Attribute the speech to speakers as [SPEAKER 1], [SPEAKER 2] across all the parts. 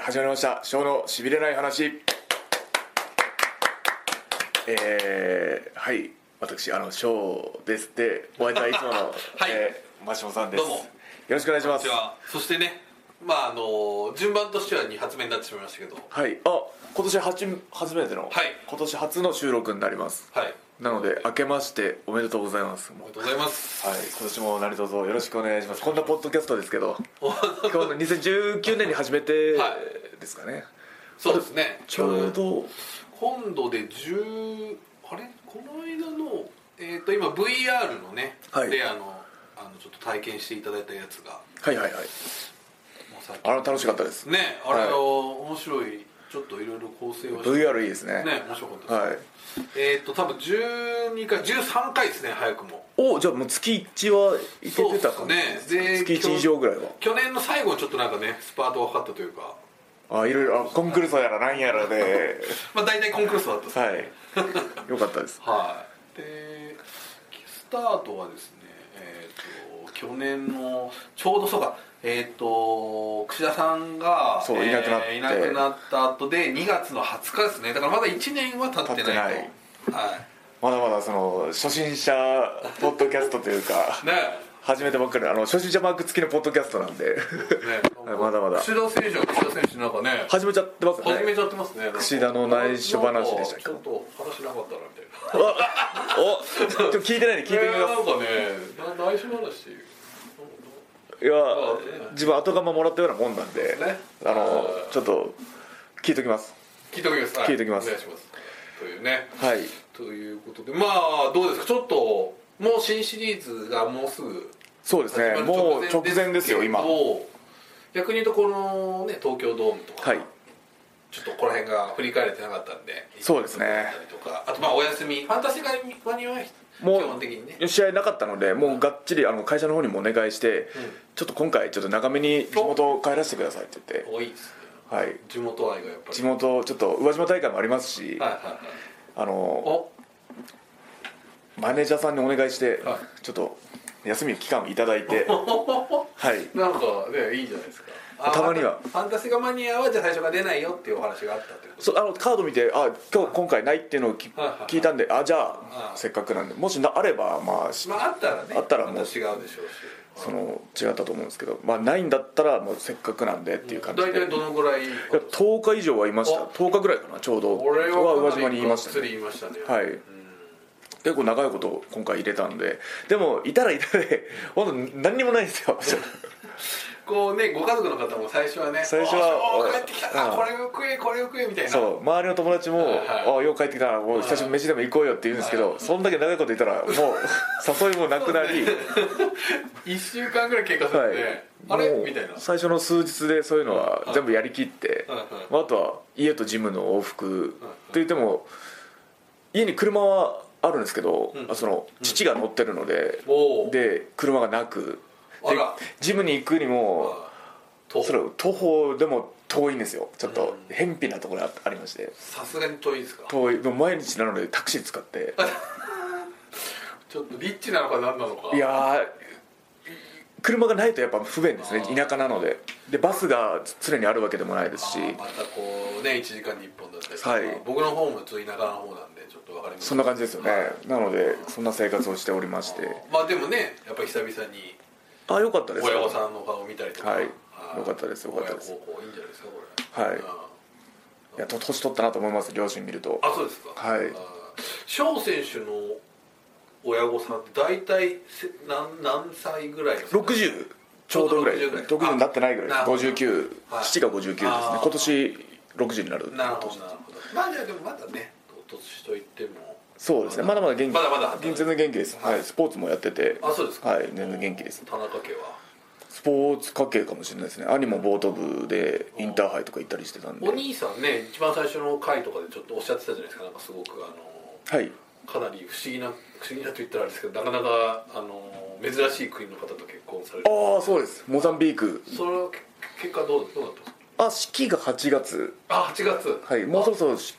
[SPEAKER 1] 始まりました「ショーのしびれない話」えー、はい私あのショーですでお相手はいつもの、
[SPEAKER 2] はい
[SPEAKER 1] えー、マシモさんです
[SPEAKER 2] どうも
[SPEAKER 1] よろしくお願いします
[SPEAKER 2] ではそしてねまああの順番としては2発目になってしまいましたけどは
[SPEAKER 1] はいあ今年初初めての、
[SPEAKER 2] はい
[SPEAKER 1] 今年初の収録になります
[SPEAKER 2] い
[SPEAKER 1] なので明けましておめでとうございます
[SPEAKER 2] お
[SPEAKER 1] も
[SPEAKER 2] め
[SPEAKER 1] う
[SPEAKER 2] でとうございます
[SPEAKER 1] はい今年も何卒よろしくお願いしますこんなポッドキャストですけど今日の2019年に始めて
[SPEAKER 2] は
[SPEAKER 1] ですかね、
[SPEAKER 2] そうですね
[SPEAKER 1] ちょうど
[SPEAKER 2] 今度で10あれこの間のえっ、と今 VR のね、
[SPEAKER 1] はい
[SPEAKER 2] であのあのちょっと体験していただいたやつが
[SPEAKER 1] はいはいはい
[SPEAKER 2] もうさっ
[SPEAKER 1] あれ楽しかったです
[SPEAKER 2] きねあれ
[SPEAKER 1] はい
[SPEAKER 2] の、面白いちょっといろいろ構成をして
[SPEAKER 1] VR いいですね
[SPEAKER 2] ね面白かった
[SPEAKER 1] はい
[SPEAKER 2] です、えっ、と多分12回13回ですね早くも
[SPEAKER 1] おじゃあもう月1は行けてた
[SPEAKER 2] そ
[SPEAKER 1] か
[SPEAKER 2] うですねで
[SPEAKER 1] 月1以上ぐらいは
[SPEAKER 2] 去年の最後にちょっとなんかねスパートがかかったというか
[SPEAKER 1] あいろいろあコンクルーソやらなんやらで
[SPEAKER 2] まあ大体コンクルースだったんです
[SPEAKER 1] はいよかったです
[SPEAKER 2] はい、でスタートはですね、えー、と去年のちょうどそうかえっ、と櫛田さんが
[SPEAKER 1] そう
[SPEAKER 2] えー
[SPEAKER 1] いなくなって
[SPEAKER 2] いなくなった後で2月の20日ですねだからまだ1年は経って
[SPEAKER 1] 経
[SPEAKER 2] ないと
[SPEAKER 1] って
[SPEAKER 2] は
[SPEAKER 1] まだまだその初心者ポッドキャストというか
[SPEAKER 2] いね
[SPEAKER 1] 始めてばっかりあの初心者マーク付きのポッドキャストなんで
[SPEAKER 2] ね
[SPEAKER 1] はいまだまだ
[SPEAKER 2] 櫛田選手は櫛田選手なんかね
[SPEAKER 1] 始めちゃってますよ
[SPEAKER 2] 始め
[SPEAKER 1] ね
[SPEAKER 2] ちゃってますね
[SPEAKER 1] 櫛田の内緒話でしたっけ
[SPEAKER 2] けちょっと話なかったなみたいな
[SPEAKER 1] あおちょっと聞いてないんで聞いてみ
[SPEAKER 2] えーな
[SPEAKER 1] ま
[SPEAKER 2] んかねな内緒話
[SPEAKER 1] すいや自分後釜もらったようなもんなんで
[SPEAKER 2] ね
[SPEAKER 1] あの
[SPEAKER 2] うん
[SPEAKER 1] ちょっと聞いときます
[SPEAKER 2] 聞いておきます
[SPEAKER 1] 聞いておきます
[SPEAKER 2] お願いしますというね
[SPEAKER 1] はい
[SPEAKER 2] ということでまあどうですかちょっともう新シリーズがもうすぐ
[SPEAKER 1] そうですねもう直前ですよ今
[SPEAKER 2] 逆に言うとこのね東京ドームとか、
[SPEAKER 1] はい
[SPEAKER 2] ちょっとこの辺が振り返れてなかったんで
[SPEAKER 1] そうですね
[SPEAKER 2] 行ってみたりとかあとまあお休みファンタジーガニワニは基
[SPEAKER 1] もう
[SPEAKER 2] 本的にね
[SPEAKER 1] 試合なかったのでもうがっちりあの会社の方にもお願いして、ちょっと今回ちょっと長めに地元帰らせてくださいって言って
[SPEAKER 2] 多いですね
[SPEAKER 1] はい
[SPEAKER 2] 地元愛がやっぱり
[SPEAKER 1] 地元ちょっと宇和島大会もありますし、
[SPEAKER 2] はいはいはい
[SPEAKER 1] あの
[SPEAKER 2] お
[SPEAKER 1] マネージャーさんにお願いして、
[SPEAKER 2] は
[SPEAKER 1] ちょっと休みの期間をいただいて はい
[SPEAKER 2] なんかねいいじゃないですかあ
[SPEAKER 1] たまには
[SPEAKER 2] ファンタジーガマニアはじゃあ最初が出ないよっていうお話があったってこと
[SPEAKER 1] そうあのカード見てあ今日今回ないっていうのをき
[SPEAKER 2] はいはいはい
[SPEAKER 1] 聞いたんであじゃあ
[SPEAKER 2] あ
[SPEAKER 1] せっかくなんでもしなあればまあし
[SPEAKER 2] まああったらね
[SPEAKER 1] あったらもう
[SPEAKER 2] ま違うでしょうし
[SPEAKER 1] その違ったと思うんですけどまあないんだったらもうせっかくなんでっていう感じで
[SPEAKER 2] 大体どのぐらい
[SPEAKER 1] いや10日以上はいました
[SPEAKER 2] あ
[SPEAKER 1] 10日ぐらいかなちょうど
[SPEAKER 2] 俺
[SPEAKER 1] は
[SPEAKER 2] は
[SPEAKER 1] 宇和島にいまし
[SPEAKER 2] か
[SPEAKER 1] た
[SPEAKER 2] な
[SPEAKER 1] ね
[SPEAKER 2] りがっつり言いましたね
[SPEAKER 1] はい結構長いこと今回入れたんででもいたらいたで本当何にもないんですよ
[SPEAKER 2] こうねご家族の方も最初はね
[SPEAKER 1] 最初
[SPEAKER 2] お
[SPEAKER 1] は
[SPEAKER 2] ー帰ってきた
[SPEAKER 1] う
[SPEAKER 2] なんこれを食えこれを食えみたい な
[SPEAKER 1] そう周りの友達も
[SPEAKER 2] はい
[SPEAKER 1] 「ああよく帰ってきたなもう久しぶりに飯でも行こうよ」って言うんですけどそんだけ長いこといたらもう誘いもなくなり
[SPEAKER 2] 1週間ぐらい経過す
[SPEAKER 1] は
[SPEAKER 2] るん
[SPEAKER 1] い
[SPEAKER 2] で、あれ
[SPEAKER 1] もう
[SPEAKER 2] みたいな
[SPEAKER 1] 最初の数日でそういうのは全部やりきって
[SPEAKER 2] はいはい
[SPEAKER 1] まああとは家とジムの往復といっても家に車はあるんですけど
[SPEAKER 2] うん
[SPEAKER 1] あその父が乗ってるので
[SPEAKER 2] おお
[SPEAKER 1] で車がなく
[SPEAKER 2] あら
[SPEAKER 1] ジムに行くにも
[SPEAKER 2] と
[SPEAKER 1] それ徒歩でも遠いんですよちょっと偏僻なところがありまして
[SPEAKER 2] さすがに遠いですか
[SPEAKER 1] 遠いでも毎日なのでタクシー使って
[SPEAKER 2] ちょっとリッチなのか何なのか
[SPEAKER 1] いやー車がないとやっぱ不便ですね
[SPEAKER 2] あー
[SPEAKER 1] 田舎なのででバスが常にあるわけでもないですし
[SPEAKER 2] またこうね1時間に1本だったりとか、
[SPEAKER 1] はい
[SPEAKER 2] 僕の方もちょっと田舎の方なんでちょっと分かります
[SPEAKER 1] そんな感じですよねなのでそんな生活をしておりまして
[SPEAKER 2] まあでもねやっぱり久々に
[SPEAKER 1] あよかったです
[SPEAKER 2] 親御さんの顔を見たりとか
[SPEAKER 1] はい
[SPEAKER 2] あー
[SPEAKER 1] よかったですよかったです
[SPEAKER 2] 親孝行いいんじゃないですかこれ
[SPEAKER 1] はい
[SPEAKER 2] あ
[SPEAKER 1] いやと年取ったなと思います両親見ると
[SPEAKER 2] ーあそうですか
[SPEAKER 1] はい
[SPEAKER 2] あー翔選手の親御さんって大体せ何何歳ぐらいですか
[SPEAKER 1] 60ちょうどぐらい
[SPEAKER 2] ちょうど60ぐ
[SPEAKER 1] 60
[SPEAKER 2] らい
[SPEAKER 1] になってないぐらい
[SPEAKER 2] あなるほど
[SPEAKER 1] 59
[SPEAKER 2] はい
[SPEAKER 1] 父が59ですね
[SPEAKER 2] あー
[SPEAKER 1] 今年60になる
[SPEAKER 2] なるほどなるほどまあじゃあでもまだね年といっても
[SPEAKER 1] そうですねまだまだ元気
[SPEAKER 2] まだまだ
[SPEAKER 1] 全然元気です、はい、スポーツもやってて
[SPEAKER 2] あそうですか
[SPEAKER 1] はい全然元気です
[SPEAKER 2] 田中家は
[SPEAKER 1] スポーツ家系かもしれないですね兄もボート部でインターハイとか行ったりしてたんで
[SPEAKER 2] お
[SPEAKER 1] は
[SPEAKER 2] 兄さんね一番最初の回とかでちょっとおっしゃってたじゃないですかなんかすごくあの
[SPEAKER 1] い
[SPEAKER 2] かなり不思議な不思議なと言ったらあれですけどなかなかあの珍しい国の方と結婚される
[SPEAKER 1] ああそうですモザンビーク
[SPEAKER 2] それはけ結果どうどうだったんですか
[SPEAKER 1] あ式が8月
[SPEAKER 2] あ8月
[SPEAKER 1] はいもうそろそろし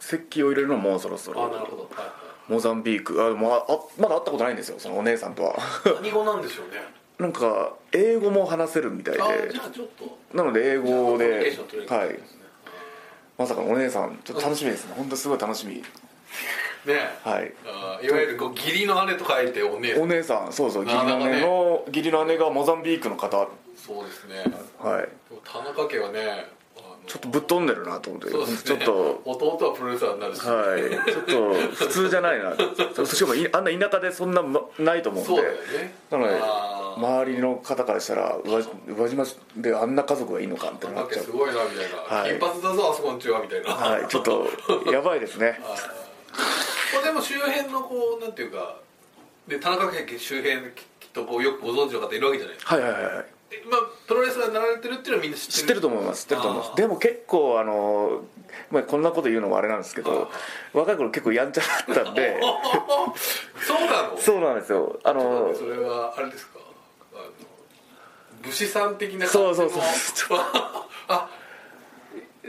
[SPEAKER 1] 籍を入れるのはもうそろそ
[SPEAKER 2] あなる
[SPEAKER 1] ろ
[SPEAKER 2] ほど、はい
[SPEAKER 1] モザンビークあでもああまだ会ったことないんですよそのお姉さんとは
[SPEAKER 2] はい、何語なんでしょうね
[SPEAKER 1] なんか英語も話せるみたいで
[SPEAKER 2] あじゃあちょっと
[SPEAKER 1] なので英語
[SPEAKER 2] コミュニケー
[SPEAKER 1] で
[SPEAKER 2] ション取れる
[SPEAKER 1] は
[SPEAKER 2] 感じ
[SPEAKER 1] い
[SPEAKER 2] ですね
[SPEAKER 1] まさかのお姉さんちょっと楽しみですね本当すごい楽しみ
[SPEAKER 2] ねえ
[SPEAKER 1] はい
[SPEAKER 2] あいわゆるこう義理の姉と書いてお姉
[SPEAKER 1] お姉さんそうそう義
[SPEAKER 2] な
[SPEAKER 1] 理
[SPEAKER 2] かな
[SPEAKER 1] の
[SPEAKER 2] かね
[SPEAKER 1] 姉の義理の姉がモザンビークの方は
[SPEAKER 2] そうですね
[SPEAKER 1] い
[SPEAKER 2] でも田中家はねあの
[SPEAKER 1] ちょっとぶっ飛んでるなと思って
[SPEAKER 2] そうです
[SPEAKER 1] ちょ
[SPEAKER 2] ね
[SPEAKER 1] っと
[SPEAKER 2] 弟はプロレスラーになるし、
[SPEAKER 1] はいちょっと普通じゃないなとしかもいあんな田舎でそんなまないと思うんで
[SPEAKER 2] そうだよね
[SPEAKER 1] なので
[SPEAKER 2] あー
[SPEAKER 1] 周りの方からしたら宇和宇和島であんな家族がいいのかってな
[SPEAKER 2] なん
[SPEAKER 1] っ
[SPEAKER 2] か
[SPEAKER 1] ちゃ
[SPEAKER 2] す
[SPEAKER 1] う
[SPEAKER 2] ごいなみたいな、
[SPEAKER 1] はい
[SPEAKER 2] 金髪だぞあそこの中はみたいな、
[SPEAKER 1] はいちょっとやばいですね
[SPEAKER 2] あーまあでも周辺のこうなんていうかで田中家周辺きっとこうよくご存知の方いるわけじゃないですか
[SPEAKER 1] はいはいはいはい
[SPEAKER 2] えまあプロレスラーになられてるっていうのはみんな知
[SPEAKER 1] 知
[SPEAKER 2] ってる
[SPEAKER 1] ってると思います知ってると思います
[SPEAKER 2] あー
[SPEAKER 1] でも結構あの、まあ、こんなこと言うのもあれなんですけど若い頃結構やんちゃだったん で
[SPEAKER 2] そうなの
[SPEAKER 1] そうなんですよあの
[SPEAKER 2] それはあれですかあの武士さん的な感じ
[SPEAKER 1] そ
[SPEAKER 2] の
[SPEAKER 1] うそうそう
[SPEAKER 2] あ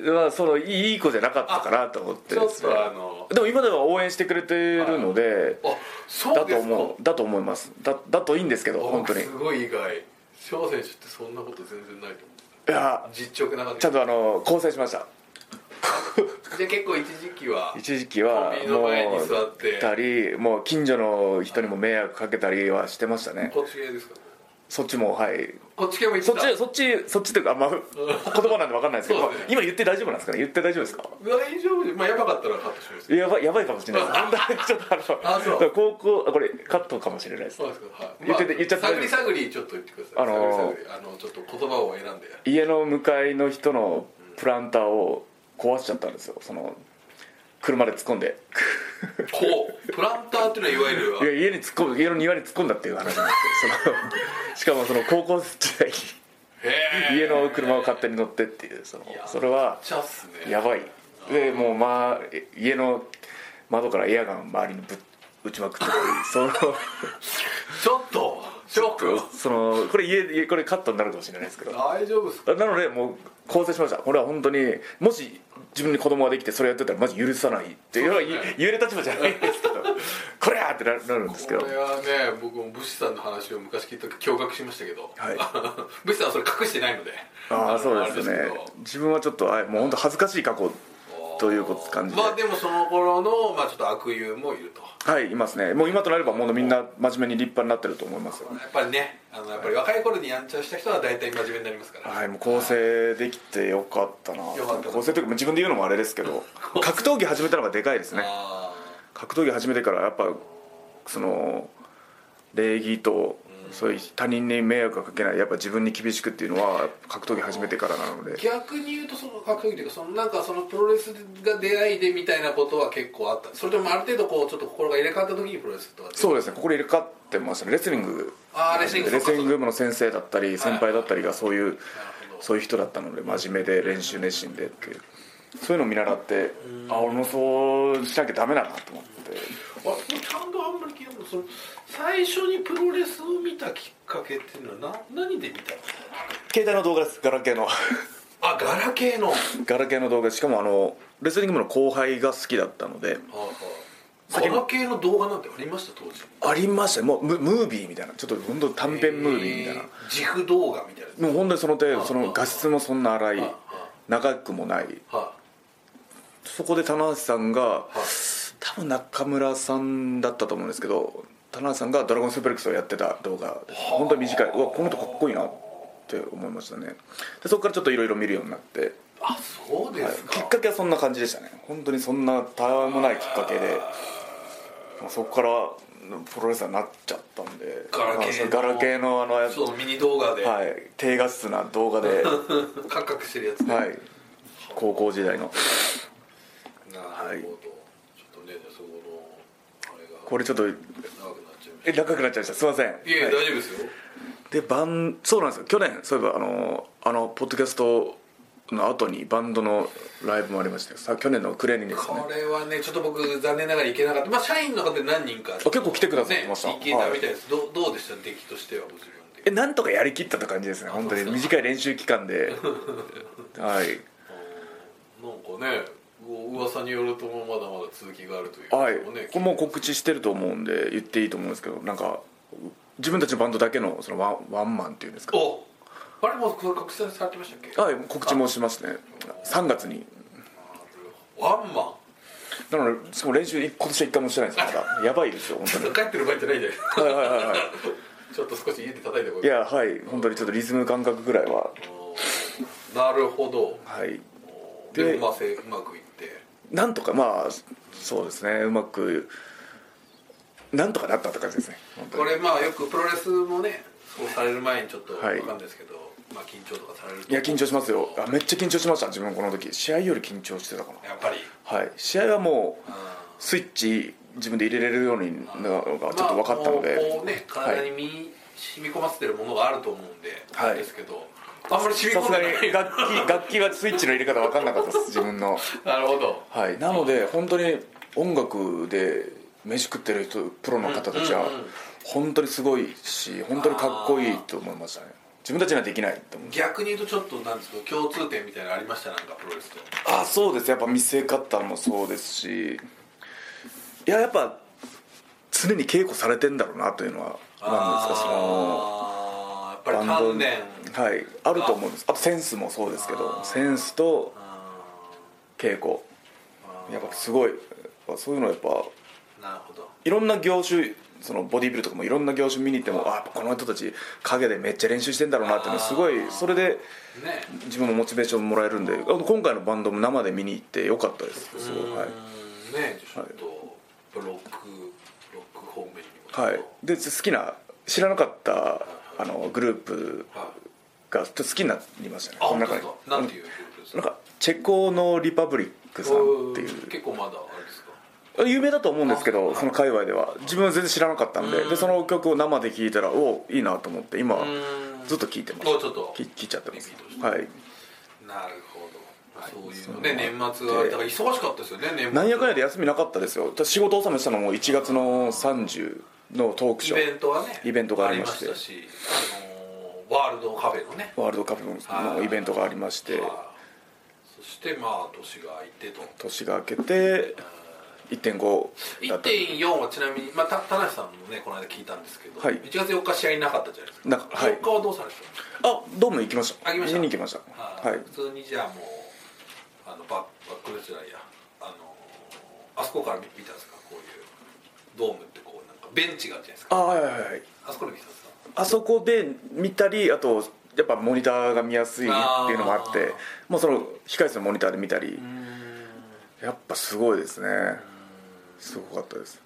[SPEAKER 1] まあそのいい子じゃなかったかなと思って
[SPEAKER 2] ち
[SPEAKER 1] で
[SPEAKER 2] ょっ
[SPEAKER 1] すね
[SPEAKER 2] とあの
[SPEAKER 1] でも今では応援してくれてるので
[SPEAKER 2] あそ
[SPEAKER 1] だ
[SPEAKER 2] うで
[SPEAKER 1] と
[SPEAKER 2] すか
[SPEAKER 1] 思うだと思いますだだといいんですけど
[SPEAKER 2] あ
[SPEAKER 1] 本当にい
[SPEAKER 2] すごい意外翔選手ってそんなこと全然ないと思
[SPEAKER 1] や
[SPEAKER 2] う実直な感じ
[SPEAKER 1] ちゃんとあの更生しました
[SPEAKER 2] で結構一時期は
[SPEAKER 1] 一時期は
[SPEAKER 2] コンビニの
[SPEAKER 1] もう
[SPEAKER 2] 前に座って
[SPEAKER 1] たりもう近所の人にも迷惑かけたりはしてましたね
[SPEAKER 2] こっち系ですか
[SPEAKER 1] そっちもはい
[SPEAKER 2] こっち系も行って
[SPEAKER 1] そったちそっちそっちというかあんま言葉なんで分かんないですけど、
[SPEAKER 2] そうですね
[SPEAKER 1] 今言って大丈夫なんですかね言って大丈夫ですか
[SPEAKER 2] 大丈夫まあやばかったらカットします
[SPEAKER 1] やばいやばいかもしれないです本当にちょっとあの
[SPEAKER 2] あそう
[SPEAKER 1] 高校あこれカットかもしれないです
[SPEAKER 2] そうですかはい
[SPEAKER 1] 言ってて言っちゃって大丈夫
[SPEAKER 2] 探り探りちょっと言ってください
[SPEAKER 1] あのー
[SPEAKER 2] 探り探りあのちょっと言葉を選んで
[SPEAKER 1] 家の向かいの人のプランターを壊しちゃったんですよその車で突っ込んで
[SPEAKER 2] こうプランターっていうのはいわゆ
[SPEAKER 1] い
[SPEAKER 2] る
[SPEAKER 1] や家に突っ込む家の庭に突っ込んだっていう話なんですよそのしかもその高校時代
[SPEAKER 2] へ
[SPEAKER 1] に
[SPEAKER 2] ー
[SPEAKER 1] 家の車を勝手に乗ってっていうその
[SPEAKER 2] いや
[SPEAKER 1] それは
[SPEAKER 2] チャンスね
[SPEAKER 1] やばいでもう、まあ、家の窓からエアガン周りにぶっ撃ちまくってその
[SPEAKER 2] ちょっとショック
[SPEAKER 1] そのこれ家これカットになるかもしれないですけど
[SPEAKER 2] 大丈夫ですか
[SPEAKER 1] なのでもう更生しましたこれは本当にもし自分に子供ができてそれやってたらマジ許さないっていうのは
[SPEAKER 2] そうですね
[SPEAKER 1] 言える立場じゃないですけどこりゃーってななるんですけど
[SPEAKER 2] これはね僕も武士さんの話を昔聞いた時驚愕しましたけど、
[SPEAKER 1] はい
[SPEAKER 2] 武士さんはそれ隠してないので
[SPEAKER 1] ああ
[SPEAKER 2] の
[SPEAKER 1] そうです
[SPEAKER 2] あ
[SPEAKER 1] ね
[SPEAKER 2] れけど
[SPEAKER 1] 自分はちょっとはいもう本当恥ずかしい過去ということ感じで
[SPEAKER 2] まあでもその頃の、まあ、ちょっと悪友もいると
[SPEAKER 1] はいいますねもう今となればもうみんな真面目に立派になってると思いますよ
[SPEAKER 2] やっぱりねあのやっぱり若い頃にやんちゃした人は大体真面目になりますから、
[SPEAKER 1] はいもう構成できてよかったな
[SPEAKER 2] よかった
[SPEAKER 1] 構成というか自分で言うのもあれですけ ど格闘技始めたのがでかいですね
[SPEAKER 2] あ
[SPEAKER 1] 格闘技始めてからやっぱその礼儀とそういう他人に迷惑がかけないやっぱ自分に厳しくっていうのは格闘技始めてからなの
[SPEAKER 2] ー
[SPEAKER 1] で
[SPEAKER 2] 逆に言うとその格闘技というかそのなんかそのプロレスが出会いでみたいなことは結構あったそれともある程度こうちょっと心が入れ替わった時にプロレスとか
[SPEAKER 1] そううですねここで入れ替わってましたねレスリング
[SPEAKER 2] あーレスリング
[SPEAKER 1] レスリング部の先生だったり先輩だったりがそういう
[SPEAKER 2] るほど
[SPEAKER 1] そういう人だったので真面目で練習熱心でっていうそういうのを見習ってあ俺もそうしなきゃダメだなと思って
[SPEAKER 2] あそれちゃんとあんまり聞いたことその最初にプロレスを見たきっかけっていうのはな何で見たの
[SPEAKER 1] 携帯の動画ですガラケーの
[SPEAKER 2] あガラケーのは
[SPEAKER 1] ガラケーの動画しかもあのレスリング部の後輩が好きだったので
[SPEAKER 2] あはあガラケーの動画なんてありました当時
[SPEAKER 1] ありましたよもうムムービーみたいなちょっと本当短編ムービーみたいな、
[SPEAKER 2] え自負動画みたいなや
[SPEAKER 1] もう本当にその程
[SPEAKER 2] あ
[SPEAKER 1] 度
[SPEAKER 2] あ
[SPEAKER 1] その画質もそんな荒い
[SPEAKER 2] ああ
[SPEAKER 1] 長くもない
[SPEAKER 2] つは
[SPEAKER 1] そこで棚橋さんが
[SPEAKER 2] あは
[SPEAKER 1] 多分中村さんだったと思うんですけど棚橋さんが「ドラゴンスープレックス」をやってた動画です本当に短いうわこの人かっこいいなって思いましたねでそこからちょっといろいろ見るようになって、
[SPEAKER 2] ああそうで
[SPEAKER 1] はい
[SPEAKER 2] すか、
[SPEAKER 1] きっかけはそんな感じでしたね本当にそんなたわいもないきっかけでまあそこからプロレスラーになっちゃったんで
[SPEAKER 2] ガラケーの
[SPEAKER 1] ガラケーのあのやつ
[SPEAKER 2] そのミニ動画で、
[SPEAKER 1] はい、低画質な動画で、は
[SPEAKER 2] カクカクしてるやつね、
[SPEAKER 1] い、高校時代の
[SPEAKER 2] なるほど、ちょっとねじゃあそこのあれが
[SPEAKER 1] これちょっと
[SPEAKER 2] 長くなっちゃいまし
[SPEAKER 1] え長くなっちゃいましたすいません
[SPEAKER 2] たいやいや
[SPEAKER 1] は
[SPEAKER 2] 大
[SPEAKER 1] い
[SPEAKER 2] 丈夫ですよ
[SPEAKER 1] でバンそうなんですよ去年そういえばあのあのポッドキャストの後にバンドのライブもありましたよさ去年のクレーニングですね
[SPEAKER 2] これはねちょっと僕残念ながら行けなかったまあ社員の方で何人か
[SPEAKER 1] 結構来てくださってました
[SPEAKER 2] ね、行けたみたいです、どうどうでした出来としてはご自分で
[SPEAKER 1] えなんとかやりきったって感じですね本当に
[SPEAKER 2] そうです
[SPEAKER 1] 短い練習期間 ではい
[SPEAKER 2] なんかねう噂によるとまだまだ続きがあるという
[SPEAKER 1] はい
[SPEAKER 2] こともね
[SPEAKER 1] これもう告知してると思うんで言っていいと思うんですけどなんか自分たちのバンドだけのそのワンワンマンっていうんですか
[SPEAKER 2] おあれもうこれ告知されてましたっけ
[SPEAKER 1] はい告知もしますね3月に
[SPEAKER 2] ワンマ
[SPEAKER 1] なのでしかも練習今年は1回もしてないんですよまだやばいですよ本当に
[SPEAKER 2] ン帰ってる場合じゃないじゃないですか
[SPEAKER 1] はいはいはいはい
[SPEAKER 2] ちょっと少し家で叩いてこ
[SPEAKER 1] いやはい本当にちょっとリズム感覚ぐらいは
[SPEAKER 2] なるほど
[SPEAKER 1] はい
[SPEAKER 2] で
[SPEAKER 1] で
[SPEAKER 2] もまあせうまくいって
[SPEAKER 1] なんとかまあそうですねうまくなんとかなったって感じですね本当に
[SPEAKER 2] これまあよくプロレスもねそうされる前にちょっとわか
[SPEAKER 1] はい
[SPEAKER 2] んないですけど、まあ緊張とかされると
[SPEAKER 1] いや緊張しますよあめっちゃ緊張しました自分この時試合より緊張してたか
[SPEAKER 2] やっぱり
[SPEAKER 1] なはい試合はもう
[SPEAKER 2] あー
[SPEAKER 1] スイッチ自分で入れれるようになのがちょっと分かったので、
[SPEAKER 2] まあ、こうね体に身に染み込ませてるものがあると思うんで、
[SPEAKER 1] はい
[SPEAKER 2] ですけどあんまり染み
[SPEAKER 1] さ
[SPEAKER 2] 込
[SPEAKER 1] す
[SPEAKER 2] ん
[SPEAKER 1] が
[SPEAKER 2] でない
[SPEAKER 1] に楽器楽器はスイッチの入れ方分かんなかったです自分の
[SPEAKER 2] なるほど
[SPEAKER 1] はいなので本当に音楽で飯食ってる人プロの方たちは
[SPEAKER 2] うんうんうん
[SPEAKER 1] 本当にすごいし本当にかっこいいと思いましたね自分たちにはできないと思う
[SPEAKER 2] 逆に言うとちょっとなんですけど共通点みたいなのありましたなんかプロレスと
[SPEAKER 1] あそうですやっぱ見せ方もそうですしいややっぱ常に稽古されてんだろうなというのはなんですかその
[SPEAKER 2] あーやっぱり鍛錬
[SPEAKER 1] はいあると思うんですあとセンスもそうですけ
[SPEAKER 2] あ
[SPEAKER 1] ど
[SPEAKER 2] ー
[SPEAKER 1] センスと
[SPEAKER 2] あ
[SPEAKER 1] 稽古
[SPEAKER 2] ー
[SPEAKER 1] やっぱすごいそういうのやっぱ
[SPEAKER 2] なるほど
[SPEAKER 1] いろんな業種そのボディビルとかもいろんな業種見に行ってもあやっぱこの人たち影でめっちゃ練習してんだろうなっていうのはすごい
[SPEAKER 2] あー
[SPEAKER 1] それで
[SPEAKER 2] ね
[SPEAKER 1] 自分もモチベーションもらえるんであの今回のバンドも生で見に行ってよかったですすごい、は
[SPEAKER 2] う
[SPEAKER 1] い
[SPEAKER 2] ーんねちょっとロックロック方面にもちょっと
[SPEAKER 1] はい、で好きな知らなかったあのグループ
[SPEAKER 2] はい
[SPEAKER 1] がちょっと好きになりましたね
[SPEAKER 2] あ本当
[SPEAKER 1] か
[SPEAKER 2] ですかなんていうグループです
[SPEAKER 1] なんかチェコのリパブリックさんって
[SPEAKER 2] うん
[SPEAKER 1] い
[SPEAKER 2] 結構まだあれですか
[SPEAKER 1] う有名だと思うんですけ
[SPEAKER 2] あ
[SPEAKER 1] どその界隈では自分は全然知らなかったんで
[SPEAKER 2] うん
[SPEAKER 1] でその曲を生で聴いたらおいいなと思って今
[SPEAKER 2] うん
[SPEAKER 1] ずっと聴いてます
[SPEAKER 2] もうちょっと
[SPEAKER 1] 聴いちゃってます
[SPEAKER 2] リピートして
[SPEAKER 1] はい
[SPEAKER 2] なるほど、そういうの
[SPEAKER 1] そう
[SPEAKER 2] ね年末はだから忙しかったですよね年末
[SPEAKER 1] なんやかんやで休みなかったですよただ仕事納めしたのも1月の30のトーク
[SPEAKER 2] イ
[SPEAKER 1] ショ
[SPEAKER 2] ベ
[SPEAKER 1] ー
[SPEAKER 2] ントはね
[SPEAKER 1] イベントがありまして
[SPEAKER 2] ありましたし、あのーワールドカフェのね
[SPEAKER 1] ワールドカップのイベントがありまして
[SPEAKER 2] はいそしてまあ年がいてと
[SPEAKER 1] 年が明けて1.5だった
[SPEAKER 2] 1.4はちなみに、まあ、た田無さんもねこの間聞いたんですけど、
[SPEAKER 1] はい
[SPEAKER 2] 1月4日試合なかったじゃないですか
[SPEAKER 1] なかはい
[SPEAKER 2] 4日はどうされて
[SPEAKER 1] あドーム行きました
[SPEAKER 2] あ行きました
[SPEAKER 1] 見に行きました
[SPEAKER 2] たの、
[SPEAKER 1] はい
[SPEAKER 2] 普通にじゃあもうあのバッバックレスじゃないやあのーあそこから見見たんですかこういうドームってこうなんかベンチがあるじゃないです
[SPEAKER 1] あ
[SPEAKER 2] か
[SPEAKER 1] はいはいはい
[SPEAKER 2] あそこで見たんですか
[SPEAKER 1] あそこで見たりあとやっぱモニターが見やすいっていうのもあっ
[SPEAKER 2] あ
[SPEAKER 1] て
[SPEAKER 2] ー
[SPEAKER 1] もうその控室のモニターで見たりやっぱすごいですねすごかったです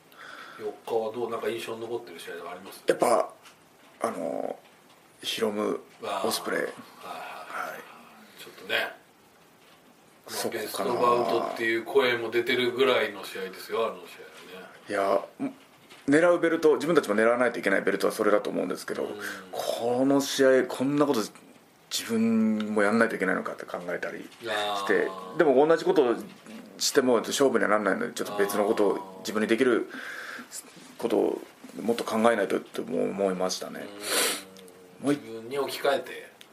[SPEAKER 2] 4日はどうなんか印象に残ってる試合とかあります
[SPEAKER 1] やっぱあのヒロム
[SPEAKER 2] わあ
[SPEAKER 1] オスプレイはい
[SPEAKER 2] はいはいちょっとね
[SPEAKER 1] そっ
[SPEAKER 2] ベス
[SPEAKER 1] か
[SPEAKER 2] ト
[SPEAKER 1] な
[SPEAKER 2] バウトっていう声も出てるぐらいの試合ですよあの試合はね
[SPEAKER 1] いやも狙うベルト自分たちも狙わないといけないベルトはそれだと思うんですけどこの試合こんなこと自分もやんないといけないのかって考えたりしてで
[SPEAKER 2] も
[SPEAKER 1] も同じことをしても勝負にはならないのでちょっと別のことを自分にできることをもっと考えないとって思いましたね、もう
[SPEAKER 2] 自分に置き換え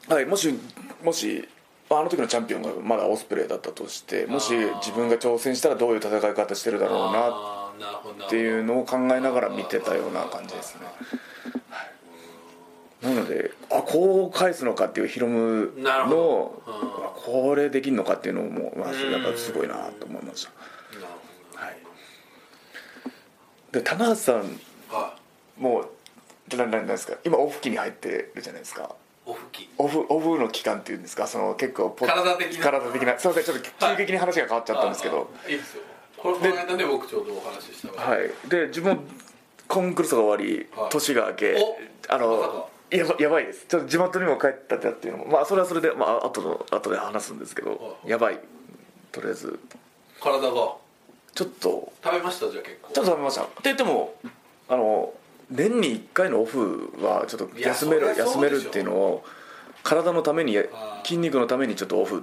[SPEAKER 2] て
[SPEAKER 1] はい、もしもしあの時のチャンピオンがまだオスプレイだったとしてもし
[SPEAKER 2] あー
[SPEAKER 1] 自分が挑戦したらどういう戦い方してるだろうな
[SPEAKER 2] あーなるほどなるほど
[SPEAKER 1] っていうのを考えながら見てたような感じですね、はいなのであこう返すのかっていうヒロム
[SPEAKER 2] な
[SPEAKER 1] の
[SPEAKER 2] るほどうん
[SPEAKER 1] あこれできんのかっていうのもまあ
[SPEAKER 2] ん
[SPEAKER 1] やっぱすごいなと思いました
[SPEAKER 2] なるほど
[SPEAKER 1] はいで棚橋さん
[SPEAKER 2] は
[SPEAKER 1] もうなななんですか今オフ期に入ってるじゃないですか
[SPEAKER 2] いお吹き
[SPEAKER 1] オフオフの期間っていうんですかその結構ポ
[SPEAKER 2] 体的な
[SPEAKER 1] 体的なすいませんちょっと
[SPEAKER 2] はい
[SPEAKER 1] 急激に話が変わっちゃったんですけど
[SPEAKER 2] あーいいですよこれこの間ね僕ちょうどお話ししたわ
[SPEAKER 1] はいで自分コンクルールが終わり
[SPEAKER 2] はい
[SPEAKER 1] 年が明け
[SPEAKER 2] お
[SPEAKER 1] あ
[SPEAKER 2] まさ
[SPEAKER 1] の
[SPEAKER 2] か
[SPEAKER 1] やばやばいですちょっと地元にも帰ったっていうのもまあそれはそれでまあ後の後で話すんですけど
[SPEAKER 2] はい
[SPEAKER 1] やばいとりあえず
[SPEAKER 2] 体が
[SPEAKER 1] ちょっと
[SPEAKER 2] 食べましたじゃあ結構
[SPEAKER 1] ちょっと食べましたって言ってもあの年に1回のオフはちょっと
[SPEAKER 2] いや
[SPEAKER 1] 休める
[SPEAKER 2] そりゃ
[SPEAKER 1] 休
[SPEAKER 2] そう
[SPEAKER 1] め
[SPEAKER 2] でしょ
[SPEAKER 1] るっていうのを体のために
[SPEAKER 2] ー
[SPEAKER 1] 筋肉のためにちょっとオフ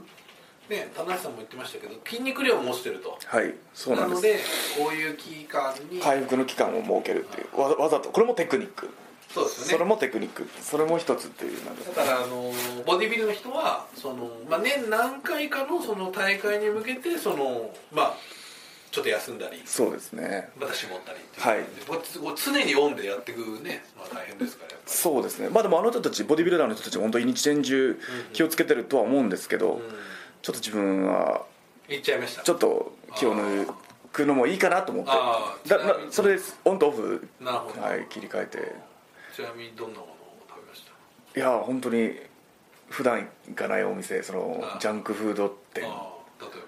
[SPEAKER 2] ね田中さんも言ってましたけど筋肉量も落ちてると
[SPEAKER 1] はいそうなんです
[SPEAKER 2] のでこういう期間に、
[SPEAKER 1] 回復の期間を設けるっていうわわざとこれもテクニック
[SPEAKER 2] そうです
[SPEAKER 1] そ
[SPEAKER 2] よ
[SPEAKER 1] れ
[SPEAKER 2] ね
[SPEAKER 1] もテクニックそれも一つっていうなんか
[SPEAKER 2] だからあのボディビルの人はその、まあ、年何回かのその大会に向けてそのまあちょっと休んだり
[SPEAKER 1] そうですね
[SPEAKER 2] また絞ったりって
[SPEAKER 1] はい
[SPEAKER 2] いう感じで、こう常にオンでやっていくね、まあ、大変ですからやっぱ
[SPEAKER 1] そうですねまあでもあの人たちボディビルダーの人たち本当に日年中気をつけてるとは思うんですけど、
[SPEAKER 2] り、
[SPEAKER 1] ちょっと自分は
[SPEAKER 2] うん、いっちゃいました
[SPEAKER 1] ちょっと気を抜くのもいいかなと思って
[SPEAKER 2] あー
[SPEAKER 1] だ
[SPEAKER 2] ちなみに
[SPEAKER 1] なそれでオンとオフ、
[SPEAKER 2] なるほど、
[SPEAKER 1] はい、切り替えて
[SPEAKER 2] ちなみにどんなものを食べました
[SPEAKER 1] いや本当に普段行かないお店その
[SPEAKER 2] あー
[SPEAKER 1] ジャンクフード店
[SPEAKER 2] ああ例え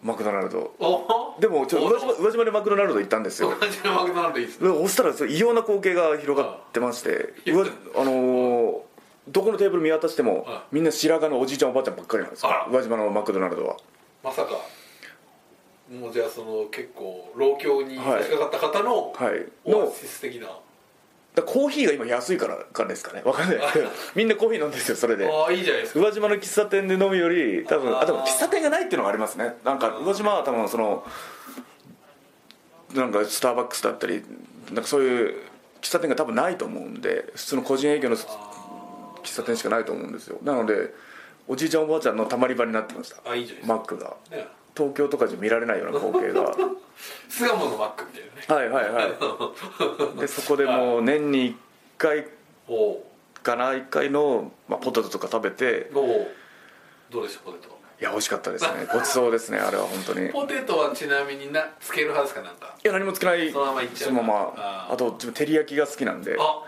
[SPEAKER 1] マクドナルド
[SPEAKER 2] ばお
[SPEAKER 1] でもちょっと宇和島
[SPEAKER 2] 同
[SPEAKER 1] 宇和島でマクドナルド行ったんですよ
[SPEAKER 2] じのマクドナルドいいですね
[SPEAKER 1] で押したらそれ異様な光景が広がってまして
[SPEAKER 2] ああ
[SPEAKER 1] うわあのーどこのテーブル見渡しても
[SPEAKER 2] ああ
[SPEAKER 1] みんな白髪のおじいちゃんおばあちゃんばっかりなんですよ
[SPEAKER 2] あら
[SPEAKER 1] 宇和島のマクドナルドは
[SPEAKER 2] まさかもうじゃあその結構老境に
[SPEAKER 1] はい
[SPEAKER 2] 差し掛かった方の
[SPEAKER 1] はい
[SPEAKER 2] オア
[SPEAKER 1] の
[SPEAKER 2] シス的な、
[SPEAKER 1] だコーヒーが今安いからからですかねわかんないですけどみんなコーヒー飲んでるんですよそれで
[SPEAKER 2] ああいいじゃないですか
[SPEAKER 1] 宇和島の喫茶店で飲むより多分
[SPEAKER 2] あ
[SPEAKER 1] あ
[SPEAKER 2] あ
[SPEAKER 1] でも喫茶店がないっていうのがありますねなんか宇和島は多分そのなんかスターバックスだったりなんかそういう喫茶店が多分ないと思うんで普通の個人営業の喫茶店しかないと思うんですよなのでおじいちゃんおばあちゃんのたまり場になってました
[SPEAKER 2] あいいじゃないですか
[SPEAKER 1] マックが
[SPEAKER 2] ね
[SPEAKER 1] 東京とかじゃ見られないような光景 が
[SPEAKER 2] 巣鴨のマックみたいなね
[SPEAKER 1] はいはいはいでそこでもう年に1回
[SPEAKER 2] おお
[SPEAKER 1] かな1回の、まあ、ポテトとか食べて
[SPEAKER 2] おおどうでしたポテト
[SPEAKER 1] いや美味しかったですねごちそうですねあれは本当にい
[SPEAKER 2] ポテトはちなみになつける派ですかなんか
[SPEAKER 1] や何もつけない
[SPEAKER 2] そのままいっちゃう
[SPEAKER 1] そのまま
[SPEAKER 2] あー
[SPEAKER 1] あと自分照り焼きが好きなんで
[SPEAKER 2] あ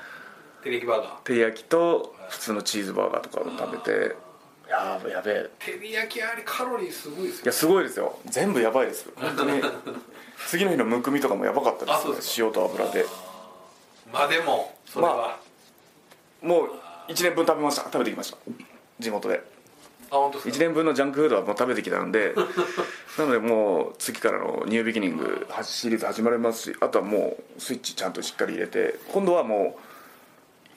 [SPEAKER 2] テレキバーガー
[SPEAKER 1] 照り焼きと普通のチーズバーガーとかを食べてやべやべえ
[SPEAKER 2] 照り焼きあれカロリーすごいです
[SPEAKER 1] いや
[SPEAKER 2] よ
[SPEAKER 1] すごいですよ全部やばいです本当に次の日のむくみとかもやばかった
[SPEAKER 2] あそう
[SPEAKER 1] で
[SPEAKER 2] ですす
[SPEAKER 1] ね塩と油で
[SPEAKER 2] まあでもそれは、
[SPEAKER 1] まあ
[SPEAKER 2] あ
[SPEAKER 1] もう1年分食べました食べてきました地元で
[SPEAKER 2] 本当です
[SPEAKER 1] 1
[SPEAKER 2] か
[SPEAKER 1] 年分のジャンクフードはもう食べてきたんで なのでもう次からのニュービギニングはシリーズ始まりますしあとはもうスイッチちゃんとしっかり入れて今度はも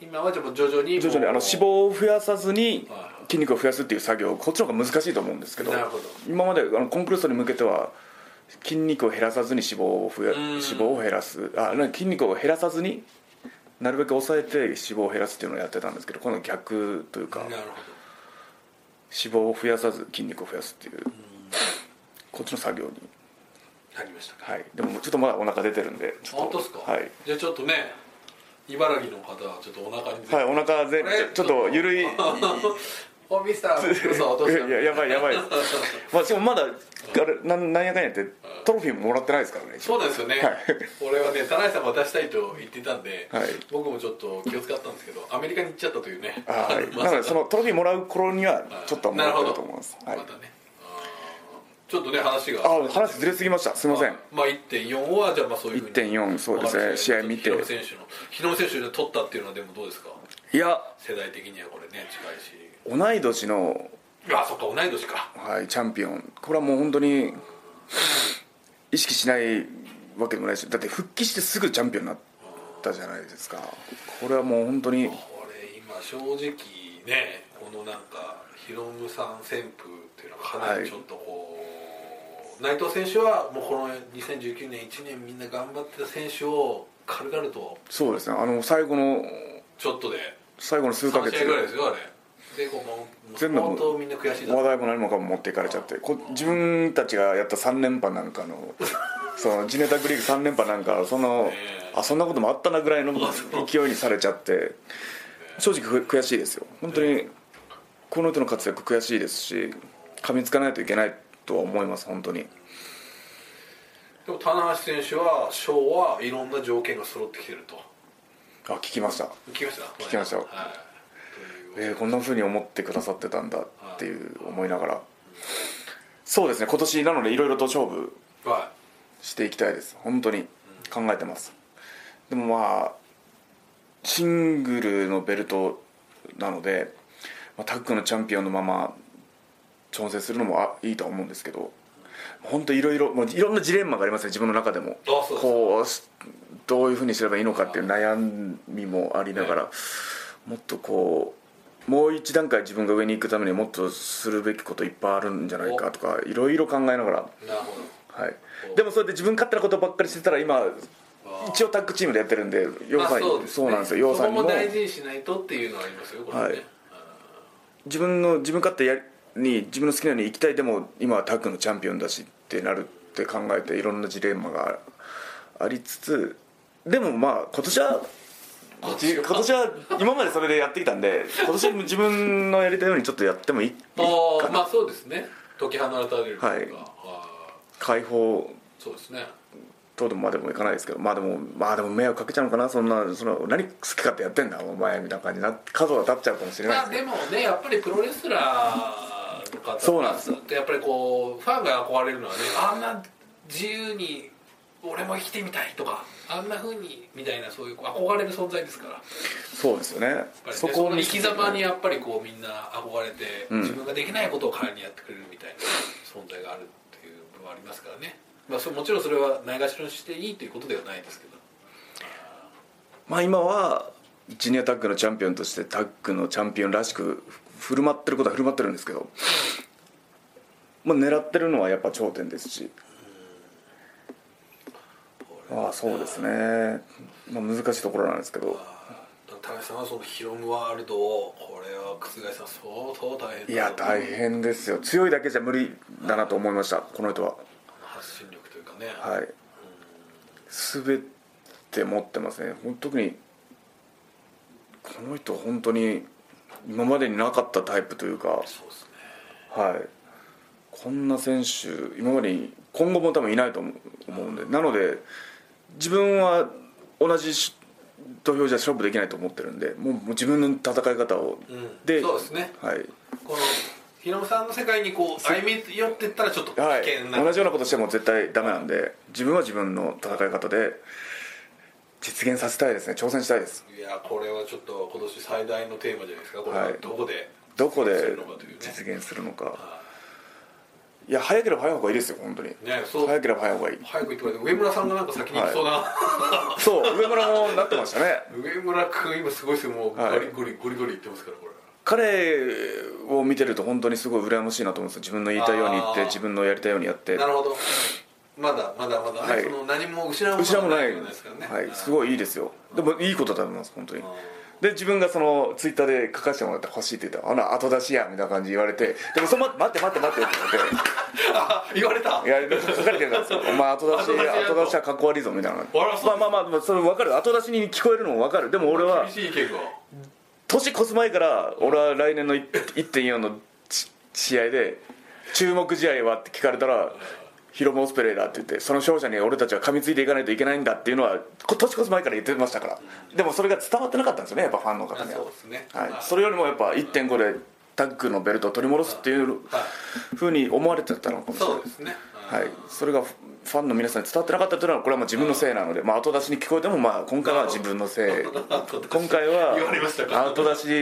[SPEAKER 2] 今はじゃあもう徐々に
[SPEAKER 1] う徐々にあの脂肪を増やさずに
[SPEAKER 2] はい
[SPEAKER 1] 筋肉を増やすっていう作業こっちの方が難しいと思うんですけど
[SPEAKER 2] なるほど
[SPEAKER 1] 今まであのコンクルーストに向けては筋肉を減らさずに脂肪を増や
[SPEAKER 2] うん
[SPEAKER 1] 脂肪を減らすあなんか筋肉を減らさずになるべく抑えて脂肪を減らすっていうのをやってたんですけど今度は逆というか
[SPEAKER 2] なるほ
[SPEAKER 1] 脂肪を増やさず筋肉を増やすっていうこっちの作業に
[SPEAKER 2] どなりましたか
[SPEAKER 1] はいでもちょっとまだお腹出てるんでちょっと
[SPEAKER 2] 本当ですか
[SPEAKER 1] はい、
[SPEAKER 2] じゃあちょっとね茨城の方はちょっとお腹に
[SPEAKER 1] はい、お腹ぜ
[SPEAKER 2] これ
[SPEAKER 1] ちょちょっとゆるいい
[SPEAKER 2] おミスター黒沢どうした
[SPEAKER 1] ややばいや ばいです、まあ、しかもまだあれなんなんやかんやってトロフィーももらってないですからね
[SPEAKER 2] そうなんですよね、
[SPEAKER 1] はい
[SPEAKER 2] 俺はね田中さん渡したいと言ってたんで、
[SPEAKER 1] はい
[SPEAKER 2] 僕もちょっと気を使ったんですけどアメリカに行っちゃったというね
[SPEAKER 1] あーはい なの
[SPEAKER 2] まさか
[SPEAKER 1] でそのトロフィーもらう頃にはちょっとはも
[SPEAKER 2] なる
[SPEAKER 1] らっ
[SPEAKER 2] ほ
[SPEAKER 1] て
[SPEAKER 2] ど
[SPEAKER 1] ると思います、はい
[SPEAKER 2] またねあーちょっとね話が
[SPEAKER 1] あー話ずれすぎましたすいません
[SPEAKER 2] まあ1.4はじゃあまあそういうふうに
[SPEAKER 1] 1.4そうですね
[SPEAKER 2] わかりました
[SPEAKER 1] 試合見て
[SPEAKER 2] 日野選手の日野選手で取ったっていうのはでもどうですか
[SPEAKER 1] いや
[SPEAKER 2] 世代的にはこれね近いし
[SPEAKER 1] 同い年の、
[SPEAKER 2] あそっか同い年か
[SPEAKER 1] はい、チャンピオンこれはもう本当に意識しないわけでもないしだって復帰してすぐチャンピオンになったじゃないですかこれはもう本当に
[SPEAKER 2] これ今正直ねこのなんかヒロムさん旋風っていうのはかな
[SPEAKER 1] はい
[SPEAKER 2] りちょっとこう、内藤選手はもうこの2019年1年みんな頑張ってた選手を軽々と
[SPEAKER 1] そうですねあの最後の
[SPEAKER 2] ちょっとで
[SPEAKER 1] 最後の数ヶ
[SPEAKER 2] 3
[SPEAKER 1] 月
[SPEAKER 2] 試合ぐらいですよあれでこうもうもう
[SPEAKER 1] 全部
[SPEAKER 2] 相当みんな悔しいだ
[SPEAKER 1] 話
[SPEAKER 2] ろう
[SPEAKER 1] 題も何もかも持っていかれちゃってこ自分たちがやった3連覇なんかの そのジネタグリーグ3連覇なんかその、
[SPEAKER 2] ねえ
[SPEAKER 1] あそんなこともあったなぐら いの勢いにされちゃって正直ふ悔しいですよ本当にこの人の活躍悔しいですし噛みつかないといけないとは思います本当に
[SPEAKER 2] でも棚橋選手は賞はいろんな条件が揃ってきてると
[SPEAKER 1] あ聞きました、
[SPEAKER 2] 聞きました聞
[SPEAKER 1] きました
[SPEAKER 2] はいという
[SPEAKER 1] えーこんなふうに思ってくださってたんだっていう思いながらそうですね今年なのでいろいろと勝負
[SPEAKER 2] は
[SPEAKER 1] していきたいです本当に考えてますでもまあシングルのベルトなので、まあ、タッグのチャンピオンのまま調整するのもあいいとは思うんですけど本当いろいろもういろんなジレンマがありますね自分の中でも
[SPEAKER 2] あそうです
[SPEAKER 1] こうしどういうふうにすればいいのかっていう悩みもありながら、もっとこうもう一段階自分が上に行くためにもっとするべきこといっぱいあるんじゃないかとかいろいろ考えながら
[SPEAKER 2] いなるほど
[SPEAKER 1] はい、でもそれで自分勝手なことばっかりしてたら今
[SPEAKER 2] あー
[SPEAKER 1] 一応タッグチームでやってるんで洋
[SPEAKER 2] まあ
[SPEAKER 1] さんに、
[SPEAKER 2] そうですね
[SPEAKER 1] そうなんですよ洋さんに
[SPEAKER 2] そ
[SPEAKER 1] も
[SPEAKER 2] こも大事にしないとっていうのはありますよこれね、
[SPEAKER 1] はい自分の自分勝手やりに自分の好きなように行きたいでも今はタッグのチャンピオンだしってなるって考えていろんなジレンマがありつつでもまあ今年は
[SPEAKER 2] 今年は
[SPEAKER 1] 今年は今までそれでやってきたんで今年も自分のやりたいようにちょっとやってもいい
[SPEAKER 2] ああまあそうですね解き放たれるというか、
[SPEAKER 1] はい
[SPEAKER 2] あ
[SPEAKER 1] 解放
[SPEAKER 2] ーそうですね
[SPEAKER 1] とでもまでもいかないですけどまあでもまあでも迷惑かけちゃうのかなそんなその何好き勝手やってんだお前みたいな感じにな角が立っちゃうかもしれない
[SPEAKER 2] ま
[SPEAKER 1] です
[SPEAKER 2] あ
[SPEAKER 1] け
[SPEAKER 2] で
[SPEAKER 1] ど
[SPEAKER 2] もねやっぱりプロレスラーの方
[SPEAKER 1] そうなんですよ
[SPEAKER 2] やっぱりこうファンが憧れるのはねあんな自由に俺も生きてみたいとかあんなふうにみたいなそういうこう憧れる存在ですからやっ
[SPEAKER 1] そうですよね
[SPEAKER 2] ぱりね
[SPEAKER 1] そ
[SPEAKER 2] そ
[SPEAKER 1] こを
[SPEAKER 2] の
[SPEAKER 1] 見
[SPEAKER 2] 生
[SPEAKER 1] せて
[SPEAKER 2] き様にやっぱりこうみんな憧れて、
[SPEAKER 1] うん
[SPEAKER 2] 自分ができないことを代わりにやってくれるみたいな存在があるっていう部分はありますからね、まあ、それもちろんそれはないがしろにしていいということではないですけど
[SPEAKER 1] まあ今はジュニアタッグのチャンピオンとしてタッグのチャンピオンらしく振る舞ってることは振る舞ってるんですけど、まあ、狙ってるのはやっぱ頂点ですしああそうですね、まあ、難しいところなんですけど
[SPEAKER 2] 田辺さんはそのヒロムワールドをこれは覆さん相当大変だ
[SPEAKER 1] いや大変ですよ強いだけじゃ無理だなと思いましたこの人は
[SPEAKER 2] 発信力というかね、
[SPEAKER 1] はい全て持ってますねほん特にこの人本当に今までになかったタイプというか
[SPEAKER 2] そうですね
[SPEAKER 1] はい、こんな選手今までに今後も多分いないと思う思うんでなので自分は同じし土俵じゃ勝負できないと思ってるんでもうもう自分の戦い方を、
[SPEAKER 2] うん
[SPEAKER 1] で
[SPEAKER 2] そうですね
[SPEAKER 1] はい
[SPEAKER 2] このヒロムさんの世界にこう歩み寄ってったらちょっと危
[SPEAKER 1] はい
[SPEAKER 2] 険、な、
[SPEAKER 1] 同じようなことしても絶対ダメなんで自分は自分の戦い方で実現させたいですね挑戦したいです
[SPEAKER 2] いやこれはちょっと今年最大のテーマじゃないですかこれは
[SPEAKER 1] はい
[SPEAKER 2] どこで、
[SPEAKER 1] どこ
[SPEAKER 2] す
[SPEAKER 1] で
[SPEAKER 2] るのかというね
[SPEAKER 1] 実現するのか
[SPEAKER 2] はい
[SPEAKER 1] や早ければ早い方がいいですよ本当に、
[SPEAKER 2] いねそう
[SPEAKER 1] 早ければ早い方が いい
[SPEAKER 2] 早く言ってもらって上村さんがなんか先に行きそうな、
[SPEAKER 1] そう上村もなってましたね
[SPEAKER 2] 上村君今すごいですよもう
[SPEAKER 1] はい
[SPEAKER 2] ゴリゴリゴリゴリ言ってますからこれ
[SPEAKER 1] 彼を見てると本当にすごい羨ましいなと思うんですよ自分の言いたいように言っ
[SPEAKER 2] あ
[SPEAKER 1] て
[SPEAKER 2] ー
[SPEAKER 1] 自分のやりたいようにやって
[SPEAKER 2] なるほどまだまだまだ、
[SPEAKER 1] はい
[SPEAKER 2] その何も失うも
[SPEAKER 1] 後ろも
[SPEAKER 2] のが
[SPEAKER 1] な
[SPEAKER 2] ない
[SPEAKER 1] い
[SPEAKER 2] わけですからね
[SPEAKER 1] はい、す
[SPEAKER 2] い
[SPEAKER 1] ごいいいですよでもいいことだと思います本当に
[SPEAKER 2] あ
[SPEAKER 1] で自分がそのツイッターで書かせてもらってほしいって言ったら「あら後出しや」みたいな感じで言われて「でもその待って待って待って」って
[SPEAKER 2] あ言われた
[SPEAKER 1] 言われていや書かれてたんですよ「お前後出し
[SPEAKER 2] 後出しやと
[SPEAKER 1] 後出しはかっこ悪いぞ」みたいな
[SPEAKER 2] あらそう
[SPEAKER 1] まあまあまあでもそれ分かる後出しに聞こえるのも分かるでも俺は
[SPEAKER 2] 厳しい意見が
[SPEAKER 1] 年越す前から俺は来年のい1.4のち試合で注目試合はって聞かれたらヒロモ・オスプレイだって言ってその勝者に俺たちは噛みついていかないといけないんだっていうのはこ年越す前から言ってましたからでもそれが伝わってなかったんですよねやっぱファンの方
[SPEAKER 2] あ
[SPEAKER 1] に
[SPEAKER 2] そ
[SPEAKER 1] は
[SPEAKER 2] う、ですね
[SPEAKER 1] は
[SPEAKER 2] あ
[SPEAKER 1] い、それよりもやっぱ1.5でタッグのベルトを取り戻すっていう
[SPEAKER 2] は
[SPEAKER 1] ふうに思われてたのかも
[SPEAKER 2] い
[SPEAKER 1] しれな
[SPEAKER 2] そ
[SPEAKER 1] いう
[SPEAKER 2] ですねあー
[SPEAKER 1] はい、それがフファンの皆さんに伝わってなかったというのはこれはもう自分のせいなので、まあ、後出しに聞こえてもまあ今回は自分のせい 今回
[SPEAKER 2] 言われました
[SPEAKER 1] は
[SPEAKER 2] か
[SPEAKER 1] 後出しに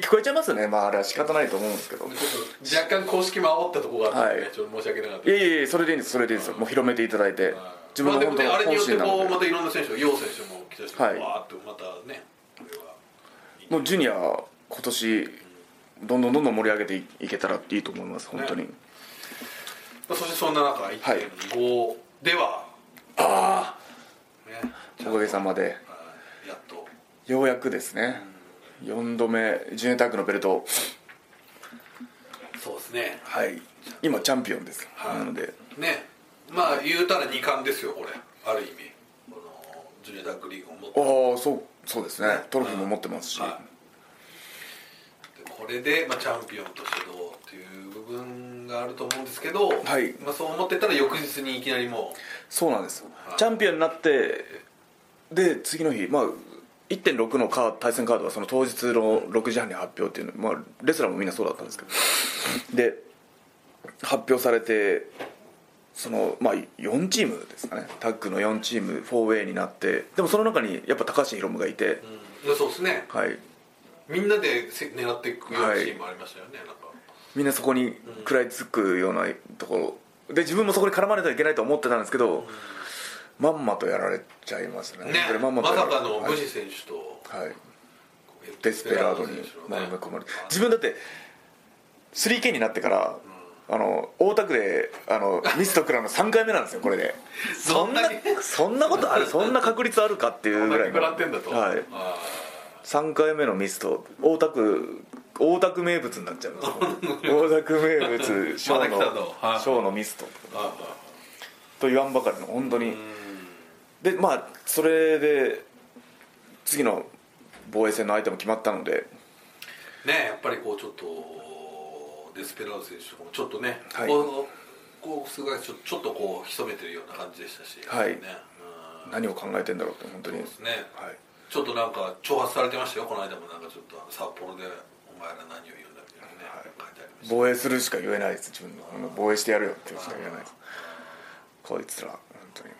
[SPEAKER 1] 聞こえちゃいますねまああれは仕方ないと思うんですけどい
[SPEAKER 2] ちょっと若干公式も煽ったとこがあったんで、
[SPEAKER 1] はい
[SPEAKER 2] ちょっと申し訳なかった
[SPEAKER 1] やいやいやそれでいいんですそれでいいですよもう広めていただいて自分の
[SPEAKER 2] まあ、でも
[SPEAKER 1] 本当
[SPEAKER 2] ね
[SPEAKER 1] の
[SPEAKER 2] あれに
[SPEAKER 1] 本
[SPEAKER 2] よって
[SPEAKER 1] 心な
[SPEAKER 2] こ
[SPEAKER 1] の
[SPEAKER 2] うま
[SPEAKER 1] で
[SPEAKER 2] たいろんな選手が楊選手も来たし、
[SPEAKER 1] はい
[SPEAKER 2] わーっとまたねこれは
[SPEAKER 1] もうジュニア今年どんどんどんどん盛り上げていいけたらいいと思います本当に、
[SPEAKER 2] ねまあ、そしてそんな中1.5では、ねちゃん
[SPEAKER 1] お
[SPEAKER 2] と
[SPEAKER 1] かげさまで
[SPEAKER 2] はいやっと
[SPEAKER 1] ようやくですね4度目ジュニアタッグのベルトを
[SPEAKER 2] そうですね
[SPEAKER 1] はい今チャンピオンです、
[SPEAKER 2] はい
[SPEAKER 1] なので
[SPEAKER 2] ねまあ言うたら2冠ですよこれある意味このジュニアタッグリーグを持って
[SPEAKER 1] ああそうそうですねトロフィーも持ってますし、
[SPEAKER 2] はいでこれで、まあ、チャンピオンとしてどうっていう部分があると思うんですけど、
[SPEAKER 1] はい
[SPEAKER 2] まあ、そう思ってたら翌日にいきなりも
[SPEAKER 1] そうなんですよ
[SPEAKER 2] はい
[SPEAKER 1] チャンピオンになってで次の日まあ1.6のカード対戦カードはその当日の6時半に発表っていうの、まあ、レスラーもみんなそうだったんですけどで発表されてそのまあ4チームですかねタッグの4チーム 4way になってでもその中にやっぱ高橋宏夢がいて
[SPEAKER 2] う、、うんいやそうですね
[SPEAKER 1] はい、
[SPEAKER 2] みんなでせ狙っていくようなチームありましたよね、なんか
[SPEAKER 1] みんなそこに食らいつくようなところで自分もそこに絡まれてはいけないと思ってたんですけど、まんまとやられちゃいましたね
[SPEAKER 2] ね
[SPEAKER 1] これ
[SPEAKER 2] ま
[SPEAKER 1] んとやら
[SPEAKER 2] さ
[SPEAKER 1] れ
[SPEAKER 2] かの
[SPEAKER 1] はい
[SPEAKER 2] 武士選手と
[SPEAKER 1] はい、
[SPEAKER 2] エ
[SPEAKER 1] デスペラードに
[SPEAKER 2] デスペラ
[SPEAKER 1] 丸
[SPEAKER 2] ー
[SPEAKER 1] め
[SPEAKER 2] ド
[SPEAKER 1] 込まれて
[SPEAKER 2] 選手
[SPEAKER 1] 自分だって 3K になってから、あの大田区であのミスとクラの3回目なんですよこれで
[SPEAKER 2] そんなに
[SPEAKER 1] そんなことあるそんな確率あるかっていう
[SPEAKER 2] のね
[SPEAKER 1] ぐら
[SPEAKER 2] こ
[SPEAKER 1] い
[SPEAKER 2] んだけ食ら
[SPEAKER 1] の
[SPEAKER 2] ってんだと、
[SPEAKER 1] はい
[SPEAKER 2] あ
[SPEAKER 1] 3回目のミスと大田区大田区名物になっ ちゃうんですよ大田区名物ショー
[SPEAKER 2] また来たぞは
[SPEAKER 1] の
[SPEAKER 2] い
[SPEAKER 1] ショーのミスと
[SPEAKER 2] ーあ
[SPEAKER 1] と言わんばかりの本当に、
[SPEAKER 2] う
[SPEAKER 1] でまあそれで次の防衛戦の相手も決まったので
[SPEAKER 2] んねやっぱりこうちょっとデスペラード選手とかもちょっとね、
[SPEAKER 1] はい
[SPEAKER 2] こうこうすごいちょちょっとこう潜めてるような感じでしたし、
[SPEAKER 1] はい
[SPEAKER 2] ねうん
[SPEAKER 1] 何を考えてんだろうって本当に
[SPEAKER 2] そうですね、
[SPEAKER 1] はい
[SPEAKER 2] ちょっとなんか挑発されてましたよこの間もなんかちょっとあの札幌でお前ら何を言うんだみたいなね、書いてありました
[SPEAKER 1] 防衛するしか言えないです自分の防衛してやるよっていうしか言えないですこいつら本当に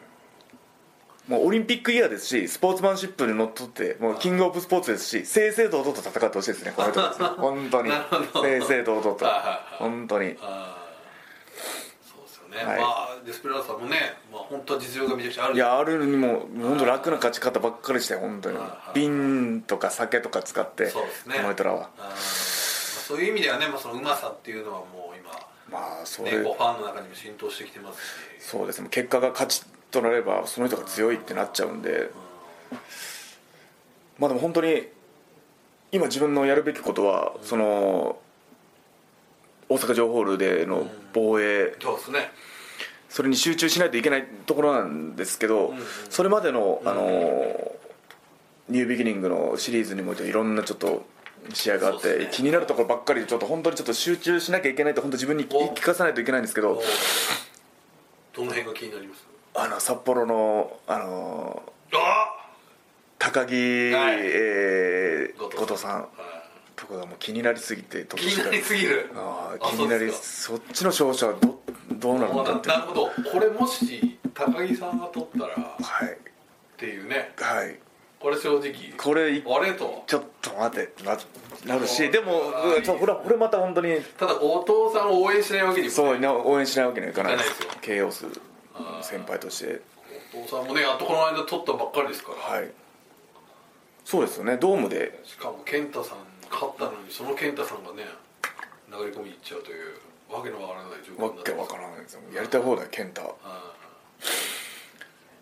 [SPEAKER 1] もうオリンピックイヤーですしスポーツマンシップにのっとってもうキングオブスポーツですし正々堂々と戦ってほしいですねこの人たち 本当に
[SPEAKER 2] なるほど
[SPEAKER 1] 正々堂々と
[SPEAKER 2] はいはいはい
[SPEAKER 1] 本当に
[SPEAKER 2] あーそうですよね、
[SPEAKER 1] はい
[SPEAKER 2] まあデスペラードさんもね、まあ、本当は実力がめちゃくちゃある
[SPEAKER 1] いやあるにも本当楽な勝ち方ばっかりして本当に
[SPEAKER 2] はい
[SPEAKER 1] 瓶とか酒とか使って
[SPEAKER 2] そうですね
[SPEAKER 1] この人らは
[SPEAKER 2] あーまあそういう意味ではね、まあ、そのうまさっていうのはもう今、
[SPEAKER 1] まあそれ
[SPEAKER 2] ね、こうファンの中にも浸透してきてますし
[SPEAKER 1] そうですね結果が勝ちとなればその人が強いってなっちゃうんでまあでも本当に今自分のやるべきことはその大阪城ホールでの防衛
[SPEAKER 2] そうですね
[SPEAKER 1] それに集中しないといけないところなんですけど
[SPEAKER 2] んうん
[SPEAKER 1] それまでのあのニュービギニングのシリーズにもいろんなちょっと試合があっ
[SPEAKER 2] そうで
[SPEAKER 1] て
[SPEAKER 2] すね
[SPEAKER 1] 気になるところばっかりでちょっと本当にちょっと集中しなきゃいけないと本当自分に言い聞かさないといけないんですけど
[SPEAKER 2] こうどの辺が気になります
[SPEAKER 1] あの札幌のあの
[SPEAKER 2] あ
[SPEAKER 1] 高木、
[SPEAKER 2] はい
[SPEAKER 1] えー
[SPEAKER 2] 後藤さん
[SPEAKER 1] 後藤さんとかがもう気になりすぎて
[SPEAKER 2] 気になりすぎる
[SPEAKER 1] あ
[SPEAKER 2] あ
[SPEAKER 1] あ気にな
[SPEAKER 2] そう
[SPEAKER 1] り
[SPEAKER 2] です
[SPEAKER 1] そっちの勝者はどどうなるんだって
[SPEAKER 2] かなるほどこれもし高木さんが取ったらっ
[SPEAKER 1] はい
[SPEAKER 2] ていうね
[SPEAKER 1] はい
[SPEAKER 2] これ正直
[SPEAKER 1] これい
[SPEAKER 2] あれと
[SPEAKER 1] ちょっと待てってななるし
[SPEAKER 2] そう
[SPEAKER 1] でも
[SPEAKER 2] あー
[SPEAKER 1] うんそうこれはこれまた本当に
[SPEAKER 2] ただ後藤さんを応援しないわけにも
[SPEAKER 1] そうな応援しないわけにはいかないです
[SPEAKER 2] いかないですよ
[SPEAKER 1] ケイオスの先輩として
[SPEAKER 2] 後藤さんもねやっとこの間取ったばっかりですから、
[SPEAKER 1] はいそうですよねドームで
[SPEAKER 2] しかも健太さん勝ったのにその健太さんがね流れ込みに行っちゃうというわけのわからない状況
[SPEAKER 1] わ
[SPEAKER 2] になっ
[SPEAKER 1] けわ
[SPEAKER 2] てます
[SPEAKER 1] からないですよやりたい放題健太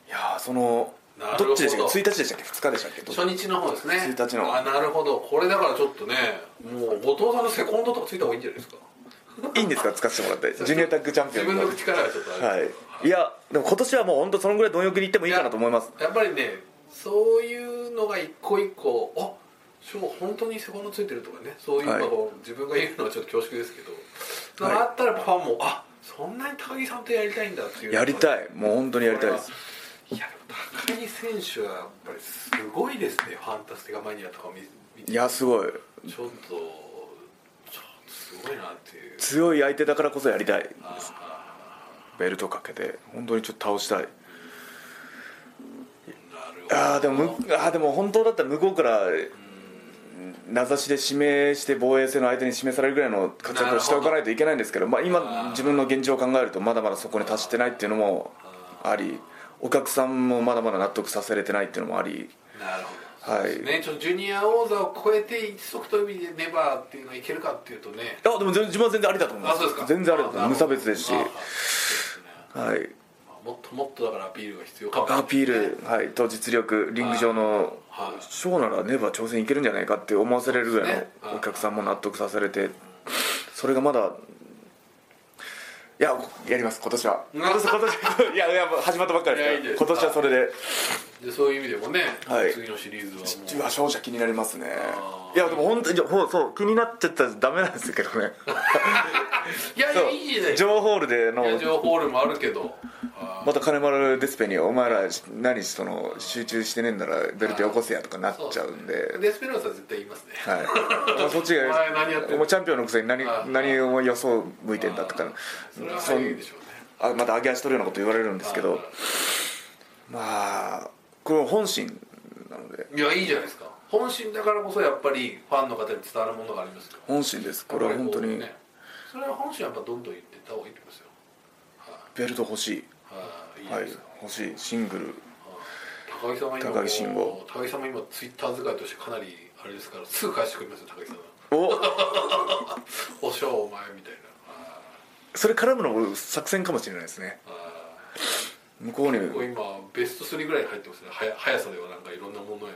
[SPEAKER 1] いやーその
[SPEAKER 2] なるほど
[SPEAKER 1] どっちでしたっけ1日でしたっけ2日でしたっけどっち
[SPEAKER 2] うん初日の方ですね
[SPEAKER 1] 1日の
[SPEAKER 2] あなるほどこれだからちょっとねもう後藤さんのセコンドとかついた方がいいんじゃないですか
[SPEAKER 1] いいんですか使わせてもらってジュニアタッグチャンピオン
[SPEAKER 2] 自
[SPEAKER 1] と
[SPEAKER 2] 分の
[SPEAKER 1] か
[SPEAKER 2] 口からはちょっとあれですけ
[SPEAKER 1] はい
[SPEAKER 2] ど
[SPEAKER 1] いやでも今年はもう本当そのぐらい貪欲にいってもいいかなと思います
[SPEAKER 2] やっぱりねそういうのが一個一個あそう本当にセコンドついてるとかねそういうの
[SPEAKER 1] はい
[SPEAKER 2] を自分が言うのはちょっと恐縮ですけど、
[SPEAKER 1] はい
[SPEAKER 2] あったらファンもあそんなに高木さんとやりたいんだっていう
[SPEAKER 1] やり
[SPEAKER 2] い
[SPEAKER 1] たいもう本当にやりたいです
[SPEAKER 2] いや高木選手はやっぱりすごいですねファンタスティカマニアとか見見て
[SPEAKER 1] い
[SPEAKER 2] ちょっ
[SPEAKER 1] やすごい
[SPEAKER 2] とちょっとすごいなっていう
[SPEAKER 1] 強い相手だからこそやりたいです
[SPEAKER 2] あ
[SPEAKER 1] ベルトかけて本当にちょっと倒したい
[SPEAKER 2] ーなるほど
[SPEAKER 1] あーでもむあーでも本当だったら向こうから名指しで指名して防衛戦の相手に指名されるぐらいの活躍をしておかないといけないんですけどまあ、
[SPEAKER 2] あー
[SPEAKER 1] 今自分の現状を考えるとまだまだそこに達してないっていうのもありお客さんもまだまだ納得させれてないっていうのもあり
[SPEAKER 2] なるほど、
[SPEAKER 1] はい
[SPEAKER 2] そうですねちょっとジュニア王座を超えて一足飛びでネバーっていうのはいけるかっていうとね
[SPEAKER 1] あでも全自分は全然ありだと思いま
[SPEAKER 2] あ
[SPEAKER 1] す
[SPEAKER 2] そうですか
[SPEAKER 1] 全然ありだと思います
[SPEAKER 2] あ
[SPEAKER 1] 無差別ですし
[SPEAKER 2] なる
[SPEAKER 1] は
[SPEAKER 2] ほどあそうです
[SPEAKER 1] い
[SPEAKER 2] ねまあもっともっとだからアピールが必要かも
[SPEAKER 1] アピール、はい、と実力リング上の
[SPEAKER 2] はいはい
[SPEAKER 1] ショーならネバー挑戦いけるんじゃないかって思わせれるぐら
[SPEAKER 2] そう
[SPEAKER 1] い
[SPEAKER 2] ですね
[SPEAKER 1] のお客さんも納得させれてそれがまだいややります今年は今年今年いやいや始まったばっかり
[SPEAKER 2] いやい
[SPEAKER 1] です
[SPEAKER 2] いです
[SPEAKER 1] 今年はそれで
[SPEAKER 2] でそういう意味でもね、
[SPEAKER 1] はい
[SPEAKER 2] 次のシリーズはもう
[SPEAKER 1] うわ勝者気になりますね
[SPEAKER 2] あー
[SPEAKER 1] いやでも本当にいやほうそう気になっちゃったらダメなんですけどね
[SPEAKER 2] いやいやいいじゃない
[SPEAKER 1] ジョーホールでの
[SPEAKER 2] 情報ホールもあるけどあ
[SPEAKER 1] また金丸デスペに「お前ら何その集中してねえんならベルトよこせや」とかなっちゃうんで
[SPEAKER 2] ーデスペラーズは絶対言いますね
[SPEAKER 1] はい、そっちが
[SPEAKER 2] お前何やってんの
[SPEAKER 1] お前チャンピオンのくせに何
[SPEAKER 2] ああ
[SPEAKER 1] 何を予想向いてんだって言っ
[SPEAKER 2] それは
[SPEAKER 1] たら
[SPEAKER 2] 早いでしょうね
[SPEAKER 1] あまた上げ足取るようなこと言われるんですけどまあこれは本心なので
[SPEAKER 2] いやいいじゃないですか本心だからこそやっぱりファンの方に伝わるものがありますよ
[SPEAKER 1] 本心ですこれは本当に
[SPEAKER 2] ねそれは本心はやっぱどんどん言ってった方がいいと思いますよ
[SPEAKER 1] ベルト欲し
[SPEAKER 2] はいいい
[SPEAKER 1] い、
[SPEAKER 2] じゃな
[SPEAKER 1] はいい
[SPEAKER 2] ですか、、
[SPEAKER 1] 欲しいシングル
[SPEAKER 2] 高木さんは今
[SPEAKER 1] 高木慎吾
[SPEAKER 2] 高木さんも今ツイッター使いとしてかなりあれですからすぐ返してくれますよ高木さんは
[SPEAKER 1] お
[SPEAKER 2] 「おしょうお前」みたいな
[SPEAKER 1] それ絡むのも作戦かもしれないですね
[SPEAKER 2] あーあー
[SPEAKER 1] 向こうに
[SPEAKER 2] 結構今ベスト3ぐらいに入ってますねはや速さではなんかいろんなものへ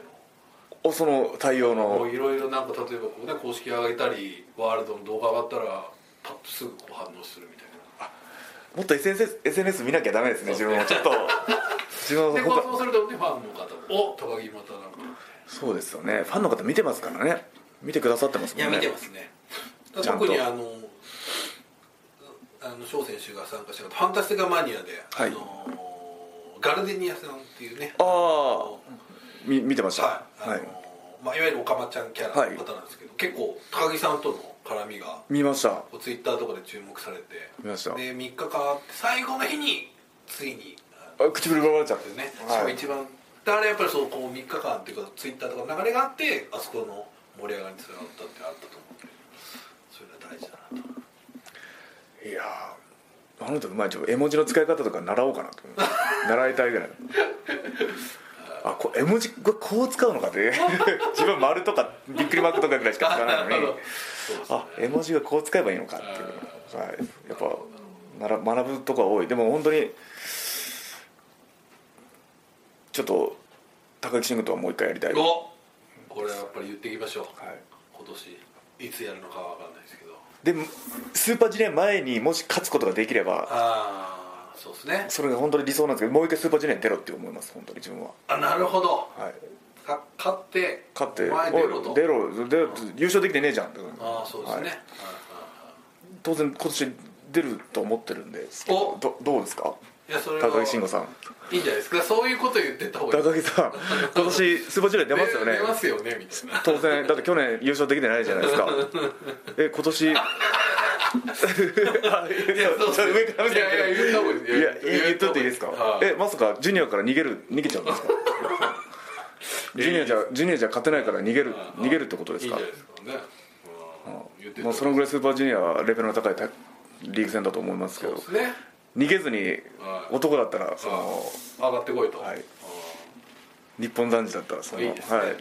[SPEAKER 1] おその対応
[SPEAKER 2] のも
[SPEAKER 1] の
[SPEAKER 2] ういろいろなんか例えばこうね公式上げたりワールドの動画上がったらパッとすぐこう反応するみたいな
[SPEAKER 1] もっと SNS, SNS 見なきゃダメですね自分もちょっと 自分
[SPEAKER 2] で
[SPEAKER 1] は
[SPEAKER 2] こう
[SPEAKER 1] 他
[SPEAKER 2] そうするとねファンの方もお高木またなんか
[SPEAKER 1] そうですよねファンの方見てますからね見てくださってます
[SPEAKER 2] い
[SPEAKER 1] も
[SPEAKER 2] や
[SPEAKER 1] んね
[SPEAKER 2] 見てますね
[SPEAKER 1] ちゃんと
[SPEAKER 2] 特にあのあの翔選手が参加したファンタスティカマニアで、
[SPEAKER 1] はい
[SPEAKER 2] あのガルデニアさんっていうね
[SPEAKER 1] あー
[SPEAKER 2] の
[SPEAKER 1] み見てました
[SPEAKER 2] はい、
[SPEAKER 1] は
[SPEAKER 2] あ
[SPEAKER 1] い
[SPEAKER 2] のまあ、いわゆるおかまちゃんキャラの方なんですけど、結構高木さんとの絡みが
[SPEAKER 1] 見ました
[SPEAKER 2] こうツイッターとかで注目されて
[SPEAKER 1] 見ました
[SPEAKER 2] で3日間あって最後の日についにあ
[SPEAKER 1] あ唇奪われちゃって
[SPEAKER 2] のね、
[SPEAKER 1] は
[SPEAKER 2] しかも一番だからやっぱりそうこう3日間っていうかツイッターとかの流れがあってあそこの盛り上がりにつながったってあったと思うんでそれが大事だなと
[SPEAKER 1] い、いやーあの人うまいちょっと絵文字の使い方とか習おうかなと思って 習いたいぐらいあこ絵文字ここう使うのかって 自分丸とかびっくりマークとかぐらいしか使わ ないの
[SPEAKER 2] なる
[SPEAKER 1] に
[SPEAKER 2] ほどそうですね
[SPEAKER 1] あ絵文字がこう使えばいいのかっていう、はい、やっぱなら学ぶとこは多いでも本当にちょっと高木慎吾とはもう一回やりたい、はい、
[SPEAKER 2] おこれはやっぱり言っていきましょう、今年いつやるのかは分かんないですけど
[SPEAKER 1] でスーパージュニア前にもし勝つことができれば
[SPEAKER 2] ああそうですね
[SPEAKER 1] それが本当に理想なんですけどもう一回スーパージュニアに出ろって思います本当に自分は、
[SPEAKER 2] あなるほど
[SPEAKER 1] はい、
[SPEAKER 2] か勝って
[SPEAKER 1] 勝って
[SPEAKER 2] 前出ろと
[SPEAKER 1] おい出ろ出ろ優勝できてねえじゃんって
[SPEAKER 2] ああそうですね、
[SPEAKER 1] はい
[SPEAKER 2] はい
[SPEAKER 1] 当然今年出ると思ってるんですけど
[SPEAKER 2] お
[SPEAKER 1] どどうですか
[SPEAKER 2] いやそれは
[SPEAKER 1] 高木慎吾さん
[SPEAKER 2] いいんじゃないですかそういうこと言ってった方がいい
[SPEAKER 1] 高木さん今年スーパージュニア出ますよね
[SPEAKER 2] 出出ますよねみたいな
[SPEAKER 1] 当然だって去年優勝できてないじゃない ですかえ今年いや
[SPEAKER 2] いやそうそう
[SPEAKER 1] 上から見
[SPEAKER 2] い
[SPEAKER 1] て
[SPEAKER 2] やいや言った方がいい
[SPEAKER 1] いや言っとっていいですか、
[SPEAKER 2] はい
[SPEAKER 1] えまさかジュニアから逃げる逃げちゃうん ですかジュニアじゃジュニアじゃ勝てないから逃げる逃げるってことです
[SPEAKER 2] いいん
[SPEAKER 1] か
[SPEAKER 2] じゃないですかねうん言って
[SPEAKER 1] まあ、そのぐらいスーパージュニアはレベルの高いたリーグ戦だと思いますけ
[SPEAKER 2] そう
[SPEAKER 1] ど
[SPEAKER 2] ですね
[SPEAKER 1] 逃げずに
[SPEAKER 2] はい
[SPEAKER 1] 男だったらそ
[SPEAKER 2] あ
[SPEAKER 1] の
[SPEAKER 2] 上がってこいと
[SPEAKER 1] はい
[SPEAKER 2] あ
[SPEAKER 1] 日本男児だったらその
[SPEAKER 2] いいですね
[SPEAKER 1] はい、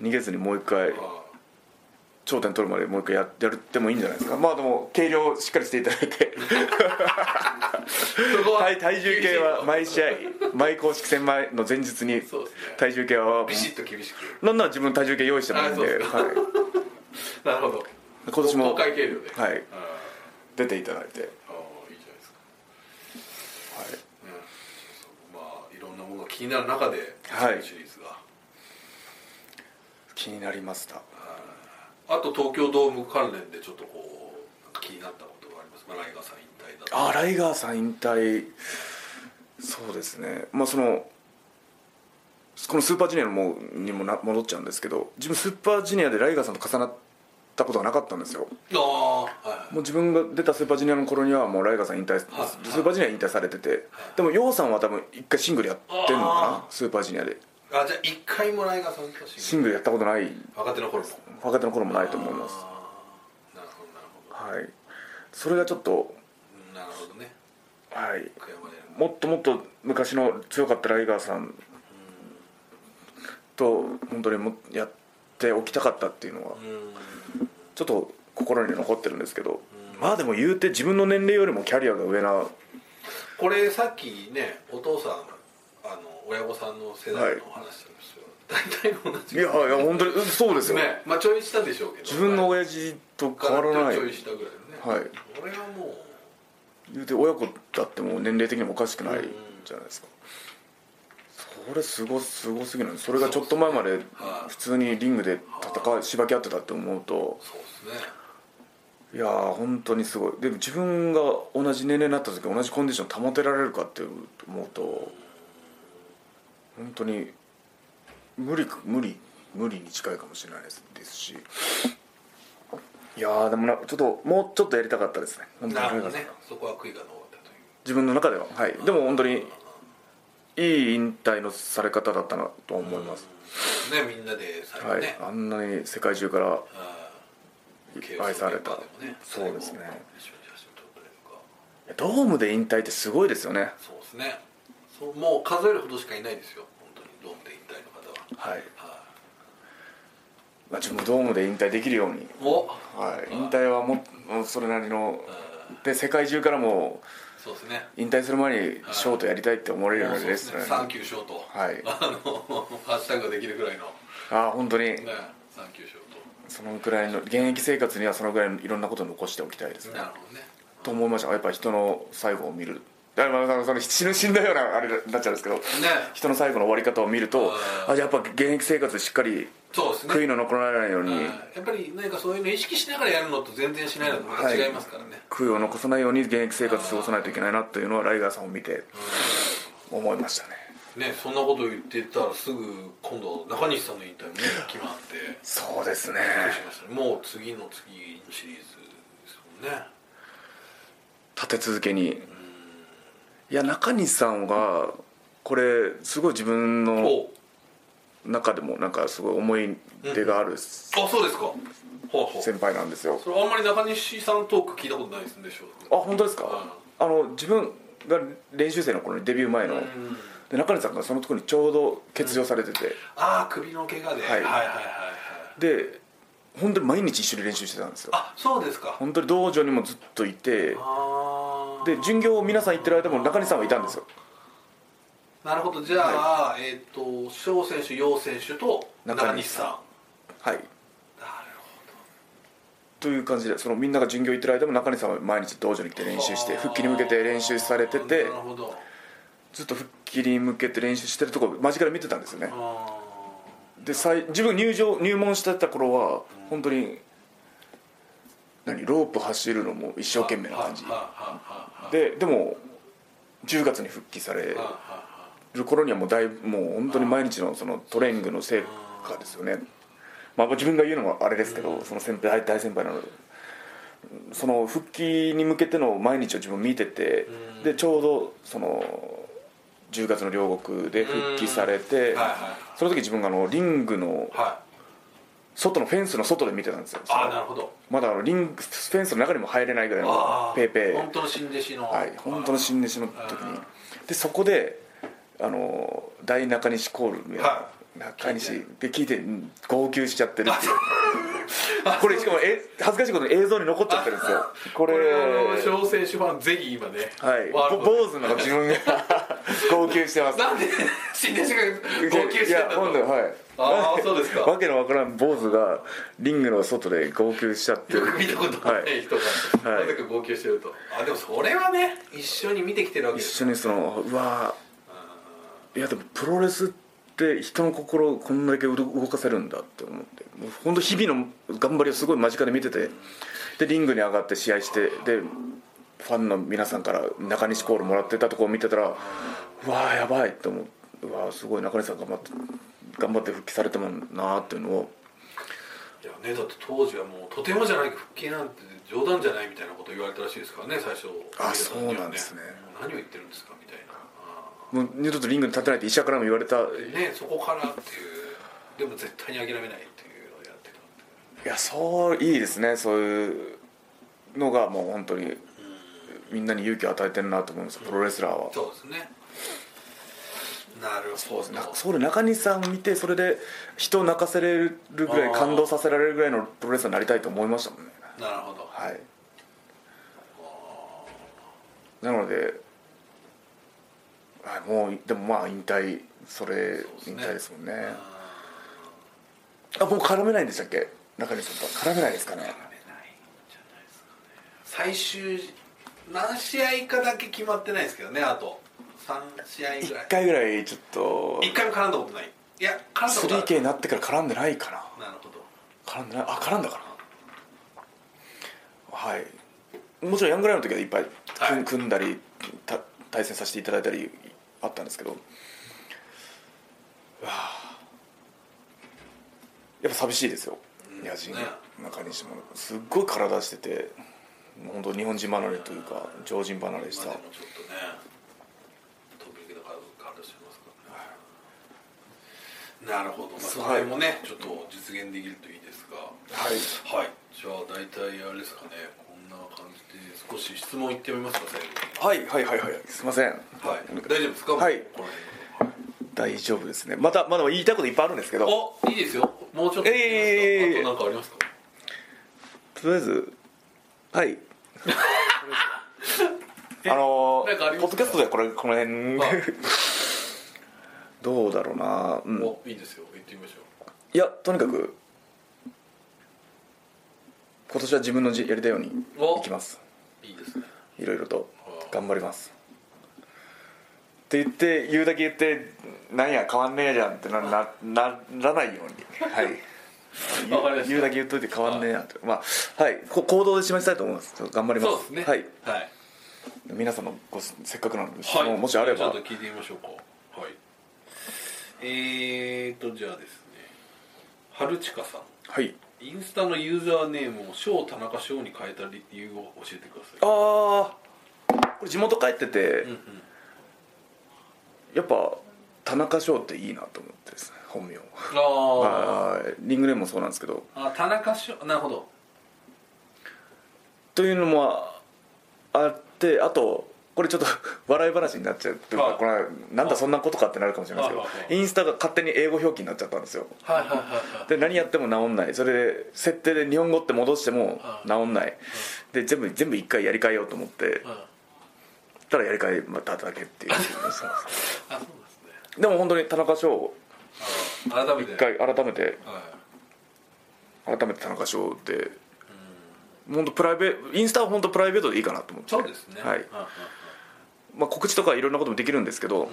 [SPEAKER 1] 逃げずにもう一回
[SPEAKER 2] ああ
[SPEAKER 1] 頂点取るまでもう一回ややるってもいいんじゃないですかまあでも計量しっかりしていただいて
[SPEAKER 2] あそこは
[SPEAKER 1] 体体重計は毎試合毎公式戦前の前日に
[SPEAKER 2] そうですね
[SPEAKER 1] 体重計は
[SPEAKER 2] ビシッと厳しく
[SPEAKER 1] なんなら自分体重計用意してもいいんで、
[SPEAKER 2] あそう
[SPEAKER 1] は
[SPEAKER 2] で
[SPEAKER 1] い、
[SPEAKER 2] すかなるほど
[SPEAKER 1] 今年も
[SPEAKER 2] 公開計量で
[SPEAKER 1] はい
[SPEAKER 2] あ
[SPEAKER 1] 出ていただいて、はい、
[SPEAKER 2] あいいじゃないですかうんそうそうまあいろんなものが気になる中で
[SPEAKER 1] はい
[SPEAKER 2] シリーズが
[SPEAKER 1] 気になりました
[SPEAKER 2] あと東京ドーム関連でちょっとこうなんか気になったことがあります、まあ、ライガーさん引退だと
[SPEAKER 1] あーライガーさん引退そうですねまあそのこのスーパージュニアのもにもな戻っちゃうんですけど自分スーパージュニアでライガーさんと重なったことがなかったんですよ
[SPEAKER 2] ああはい
[SPEAKER 1] もう自分が出たスーパージュニアの頃にはもうライガーさん引退ス
[SPEAKER 2] はい
[SPEAKER 1] ーパージュニア引退されててでもヨウさんは多分一回シングルやってんのか
[SPEAKER 2] あ
[SPEAKER 1] なスーパージュニアで
[SPEAKER 2] あじゃあ一回もライガーさんとし
[SPEAKER 1] シングルやったことない
[SPEAKER 2] 若手の頃も
[SPEAKER 1] 若手の頃もないと思います
[SPEAKER 2] あーなるほどなるほ
[SPEAKER 1] はいそれがちょっと
[SPEAKER 2] どなるほどね
[SPEAKER 1] はい
[SPEAKER 2] 悔やまれる
[SPEAKER 1] もっともっと昔の強かったライガーさんと本当にもやっておきたかったっていうのは
[SPEAKER 2] うん
[SPEAKER 1] ちょっと心に残ってるんですけどまあでも言うて自分の年齢よりもキャリアが上な
[SPEAKER 2] これさっきねお父さんあの親御さんの世代のお話なんですよ、大体同
[SPEAKER 1] い
[SPEAKER 2] じ
[SPEAKER 1] やいや本当にうんそうですよ
[SPEAKER 2] ねまあちょい下でしょうけど
[SPEAKER 1] 自分の親父と変
[SPEAKER 2] 変わ
[SPEAKER 1] わら
[SPEAKER 2] ら
[SPEAKER 1] な
[SPEAKER 2] ないいちょい下ぐらいね
[SPEAKER 1] はい
[SPEAKER 2] 俺はもう
[SPEAKER 1] 言うて親子だってもう年齢的にもおかしくないじゃないですかそれすごすごすぎないそれがちょっと前まで普通にリングで戦いしばき合ってたって思うと
[SPEAKER 2] そうですね
[SPEAKER 1] いやー本当にすごいでも自分が同じ年齢になった時同じコンディション保てられるかって思うと本当に無理か無理無理に近いかもしれないですですしいやーでもなちょっともうちょっとやりたかったですね本当に
[SPEAKER 2] なるほどねそこは悔いが残ったという
[SPEAKER 1] 自分の中でははいでも本当にいい引退のされ方だったなと思います、
[SPEAKER 2] ねみんなで最後
[SPEAKER 1] はい
[SPEAKER 2] ね、
[SPEAKER 1] あんなに世界中から
[SPEAKER 2] はい
[SPEAKER 1] 愛されたそうですねドームで引退ってすごいですよね
[SPEAKER 2] そうですねそうもう数えるほどしかいないですよ本当にドームで引退の方は
[SPEAKER 1] はい、
[SPEAKER 2] は
[SPEAKER 1] まあ、自分もドームで引退できるように、
[SPEAKER 2] いお
[SPEAKER 1] はい、引退はももうそれなりの
[SPEAKER 2] うん
[SPEAKER 1] で世界中からも
[SPEAKER 2] そうですね
[SPEAKER 1] 引退する前にショートやりたいって思われるよう
[SPEAKER 2] もう
[SPEAKER 1] な
[SPEAKER 2] そう
[SPEAKER 1] レ
[SPEAKER 2] で
[SPEAKER 1] ス
[SPEAKER 2] す
[SPEAKER 1] トラ
[SPEAKER 2] ね
[SPEAKER 1] ン
[SPEAKER 2] サンキューショート
[SPEAKER 1] はい
[SPEAKER 2] あのハッシュタグができるぐらいのね
[SPEAKER 1] ああ本当に
[SPEAKER 2] サンキューショー
[SPEAKER 1] そのくらいの現役生活にはそのぐらいのいろんなことを残しておきたいです
[SPEAKER 2] ト
[SPEAKER 1] ね
[SPEAKER 2] なるほどね
[SPEAKER 1] と思いましたやっぱ人の最後を見るだからまあその死ぬ死んだようなあれになっちゃうんですけど人の最後の終わり方を見ると
[SPEAKER 2] うん
[SPEAKER 1] あじゃあやっぱ現役生活でしっかり
[SPEAKER 2] そうですね
[SPEAKER 1] 悔いの残られないように
[SPEAKER 2] はいやっぱりなんかそういうの意識しながらやるのと全然しないのとまた違いますからね、
[SPEAKER 1] 悔いを残さないように現役生活を過ごさないといけないなというのはライガーさんを見て思いましたね
[SPEAKER 2] ねそんなこと言ってたらすぐ今度中西さんのインタビューに決まって
[SPEAKER 1] そうですね
[SPEAKER 2] びっくりしましたねもう次の次のシリーズですもんね
[SPEAKER 1] 立て続けにいや中西さんがこれすごい自分の
[SPEAKER 2] お
[SPEAKER 1] 中でもなんかすごい思い出がある
[SPEAKER 2] あそうですかほうほう
[SPEAKER 1] 先輩なんですよ
[SPEAKER 2] それあんまり中西さんトーク聞いたことないですねしょ
[SPEAKER 1] あ本当ですかあの自分が練習生の頃にデビュー前の
[SPEAKER 2] うん
[SPEAKER 1] で中西さんがその時にちょうど欠場されてて
[SPEAKER 2] ああ首の怪我で、
[SPEAKER 1] はい
[SPEAKER 2] はいはいはいはい
[SPEAKER 1] で本当に毎日一緒に練習してたんですよ
[SPEAKER 2] あそうですか
[SPEAKER 1] 本当に道場にもずっといて
[SPEAKER 2] ああ
[SPEAKER 1] で巡業を皆さん行ってる間も中西さんはいたんですよ
[SPEAKER 2] なるほどじゃあ、えっ、と翔選手陽選手と中
[SPEAKER 1] 中
[SPEAKER 2] 西
[SPEAKER 1] 西
[SPEAKER 2] さん
[SPEAKER 1] さはい
[SPEAKER 2] なる
[SPEAKER 1] という感じでそのみんなが巡業行ってる間も中西さんは毎日道場に来て練習して
[SPEAKER 2] ほど
[SPEAKER 1] 復帰に向けて練習されてて
[SPEAKER 2] なるほど
[SPEAKER 1] ずっと復帰に向けて練習してるとこ間近で見てたんですよね
[SPEAKER 2] あ
[SPEAKER 1] で最自分入場入門してた頃は本当に何ロープ走るのも一生
[SPEAKER 2] ー
[SPEAKER 1] 懸命な感じ
[SPEAKER 2] はははは
[SPEAKER 1] ででも10月に復帰され
[SPEAKER 2] はは
[SPEAKER 1] る頃にはもうだいぶもう本当に毎日のそのトレーニングの成果ですよねまあ自分が言うのもあれですけどその先輩大先輩なのでその復帰に向けての毎日を自分見てて
[SPEAKER 2] うん
[SPEAKER 1] でちょうどその10月の両国で復帰されて
[SPEAKER 2] はいはい
[SPEAKER 1] その時自分があのリングの
[SPEAKER 2] はい
[SPEAKER 1] 外のフェンスの外で見てたんですよ
[SPEAKER 2] ああなるほど
[SPEAKER 1] まだあのリングフェンスの中にも入れないぐらい
[SPEAKER 2] あ
[SPEAKER 1] の
[SPEAKER 2] あ
[SPEAKER 1] ペーペー
[SPEAKER 2] 本当の新弟子の
[SPEAKER 1] はい、本当の新弟子の時にでそこであの大中西コールの
[SPEAKER 2] は
[SPEAKER 1] 中西で聞いてうん号泣しちゃってるっていう
[SPEAKER 2] あ
[SPEAKER 1] これしかもえ恥ずかしいことに映像に残っちゃってるんですよこ
[SPEAKER 2] こ
[SPEAKER 1] れ
[SPEAKER 2] れあの翔選手ファンぜひ今ね
[SPEAKER 1] はい
[SPEAKER 2] ワール
[SPEAKER 1] ぼ
[SPEAKER 2] ドで
[SPEAKER 1] 坊主の自分が 号泣してます
[SPEAKER 2] なんで新弟子が号泣してた
[SPEAKER 1] いや本
[SPEAKER 2] の
[SPEAKER 1] 当はい
[SPEAKER 2] ああそうですか
[SPEAKER 1] わけのわからん坊主がリングの外で号泣しちゃって
[SPEAKER 2] よく見たことな
[SPEAKER 1] はい
[SPEAKER 2] 人が、
[SPEAKER 1] はい
[SPEAKER 2] なぜか号泣してるとあでもそれはね一緒に見てきてるわけで
[SPEAKER 1] 一
[SPEAKER 2] す
[SPEAKER 1] 緒にそのうわーいやでもプロレスって人の心をこんだけ動かせるんだって思ってもう本当日々の頑張りをすごい間近で見ててでリングに上がって試合してでファンの皆さんから中西コールもらってたとこを見てたらうわーやばいって思ううわーすごい中西さん頑張って頑張って復帰されてもんなーっていうのを
[SPEAKER 2] いやねだって当時はもうとてもじゃない復帰なんて冗談じゃないみたいなこと言われたらしいですからね最初
[SPEAKER 1] あそうなんですね
[SPEAKER 2] もう何を言ってるんですかみたいなあ
[SPEAKER 1] もう二度とリングに立てないって医者からも言われた
[SPEAKER 2] ーねそこからっていうでも絶対に諦めないっていうのをやってたっていう
[SPEAKER 1] いやそういいですねそういうのがもう本当にみんなに勇気を与えてるなと思いますプロレスラーは
[SPEAKER 2] そうですねなるほど
[SPEAKER 1] なそれ中西さん見てそれで人を泣かせれるぐら
[SPEAKER 2] あ
[SPEAKER 1] い
[SPEAKER 2] ー
[SPEAKER 1] 感動させられるぐらいのプロレスラーになりたいと思いましたもんね
[SPEAKER 2] なるほど
[SPEAKER 1] はいなのではいもうでもまあ引退それ
[SPEAKER 2] そう
[SPEAKER 1] 引
[SPEAKER 2] ですね
[SPEAKER 1] 退ですもんね
[SPEAKER 2] あ
[SPEAKER 1] あもう絡めないんでしたっけ中西さんとは絡めないですかね
[SPEAKER 2] ーやめないんじゃないですかね最終何試合かだけ決まってないですけどねあと3試合ぐらい
[SPEAKER 1] 1回ぐらいちょっと
[SPEAKER 2] 一回も絡んだことないいや絡んだことある
[SPEAKER 1] 3K になってから絡んでないかな
[SPEAKER 2] なるほど
[SPEAKER 1] 絡んでないあ絡んだかなはいもちろんヤングライオンの時はいっぱい組,、
[SPEAKER 2] はい
[SPEAKER 1] 組んだりた対戦させていただいたりあったんですけどうわあやっぱ寂しいですよ
[SPEAKER 2] うん
[SPEAKER 1] 野人
[SPEAKER 2] ね
[SPEAKER 1] の中西もすっごい体しててもう本当日本人離れというか常人離れした
[SPEAKER 2] 今でもちょっとね飛び抜けた体してますからねなるほど、まあ、それもね、ちょっと実現できるといいですが
[SPEAKER 1] はい
[SPEAKER 2] はいじゃあ大体あれですかねこんな感じで少し質問いってみますか最
[SPEAKER 1] はいはいはいはいすいません
[SPEAKER 2] 後はい大丈夫ですか
[SPEAKER 1] はい
[SPEAKER 2] この
[SPEAKER 1] 大丈夫ですねまたまだ言いたいこといっぱいあるんですけど
[SPEAKER 2] 辺おいいですよもうちょっと聞きますか、
[SPEAKER 1] えいえいえいえ
[SPEAKER 2] あと何かありますか
[SPEAKER 1] とりあえずはい あの
[SPEAKER 2] なんかあり
[SPEAKER 1] ポ
[SPEAKER 2] ますか
[SPEAKER 1] ッドキャストではこれこの 辺
[SPEAKER 2] あ
[SPEAKER 1] どうだろうな、うん、い
[SPEAKER 2] おいいですよ行ってみましょう
[SPEAKER 1] やとにかく今年は自分のじやりたいように
[SPEAKER 2] お
[SPEAKER 1] いきます
[SPEAKER 2] いいですね
[SPEAKER 1] いろいろと頑張りますって言って言うだけ言ってなんや変わんねえじゃんってななならないようにはい
[SPEAKER 2] わかりました
[SPEAKER 1] 言うだけ言っといて変わんねえなとまあはいこ行動で示したいと思いますちょっと頑張ります
[SPEAKER 2] そうですね
[SPEAKER 1] はい
[SPEAKER 2] はい
[SPEAKER 1] 皆さんのごせっかくなので質
[SPEAKER 2] はい
[SPEAKER 1] 問もしあれ
[SPEAKER 2] ちょ
[SPEAKER 1] ば
[SPEAKER 2] っと聞いてみましょうかはいえーとじゃあですね春近さん
[SPEAKER 1] はい
[SPEAKER 2] インスタのユーザーネームを翔田中翔に変えた理由を教えてください
[SPEAKER 1] ああこれ地元帰ってて、
[SPEAKER 2] うんうん
[SPEAKER 1] やっぱ田中翔っていいなと思ってですね本名
[SPEAKER 2] あ
[SPEAKER 1] はいリングネームもそうなんですけど
[SPEAKER 2] ーあ田中翔なるほど
[SPEAKER 1] というのもあってあとこれちょっと 笑い話になっちゃうという
[SPEAKER 2] は
[SPEAKER 1] か
[SPEAKER 2] い
[SPEAKER 1] これなんだそんなことかってなるかもしれないです
[SPEAKER 2] はいはい
[SPEAKER 1] け
[SPEAKER 2] は
[SPEAKER 1] ど
[SPEAKER 2] い
[SPEAKER 1] インスタが勝手に英語表記になっちゃったんですよ
[SPEAKER 2] はいはいはいはい
[SPEAKER 1] で何やっても治んないそれで設定で日本語って戻しても
[SPEAKER 2] はい
[SPEAKER 1] 治んないで全部全部一回やり替えようと思って
[SPEAKER 2] うんあ
[SPEAKER 1] たらやり替えまただけっていうそう
[SPEAKER 2] そうですね
[SPEAKER 1] でも本当に田中翔を
[SPEAKER 2] あの改めて
[SPEAKER 1] 一回改めて
[SPEAKER 2] はい
[SPEAKER 1] 改めて田中翔って本当プライベインスタは本当プライベートでいいかなと思って
[SPEAKER 2] そうですね
[SPEAKER 1] はい
[SPEAKER 2] うんうんうん
[SPEAKER 1] まあ、告知とかいろんなこともできるんですけど、
[SPEAKER 2] うんうん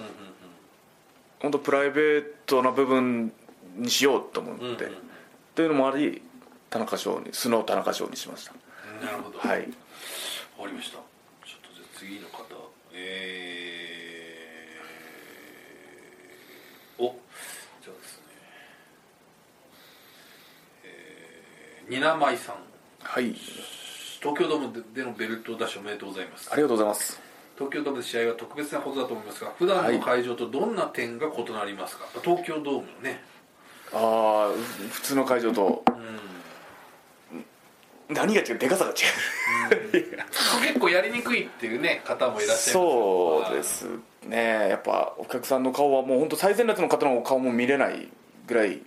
[SPEAKER 1] 本当プライベートな部分にしようと思って、
[SPEAKER 2] うんうん
[SPEAKER 1] というのもあり田中翔に素の田中翔にしました
[SPEAKER 2] なるほど
[SPEAKER 1] はい
[SPEAKER 2] わかりましたちょっとじゃあ次の方えー、おじゃあですねえー、ニナマイさん
[SPEAKER 1] はい
[SPEAKER 2] 東京ドームでのベルトダッシュおめでとうございます
[SPEAKER 1] ありがとうございます
[SPEAKER 2] 東京ドームで試合は特別なことだと思いますが普段の会場とどんな点が異なりますか、東京ドームのね
[SPEAKER 1] ああ普通の会場と
[SPEAKER 2] うん
[SPEAKER 1] 何が違うでかさが違う
[SPEAKER 2] 結構やりにくいっていうね方もいらっしゃいます
[SPEAKER 1] そうですねやっぱお客さんの顔はもう本当最前列の方の顔も見れないぐらい
[SPEAKER 2] うん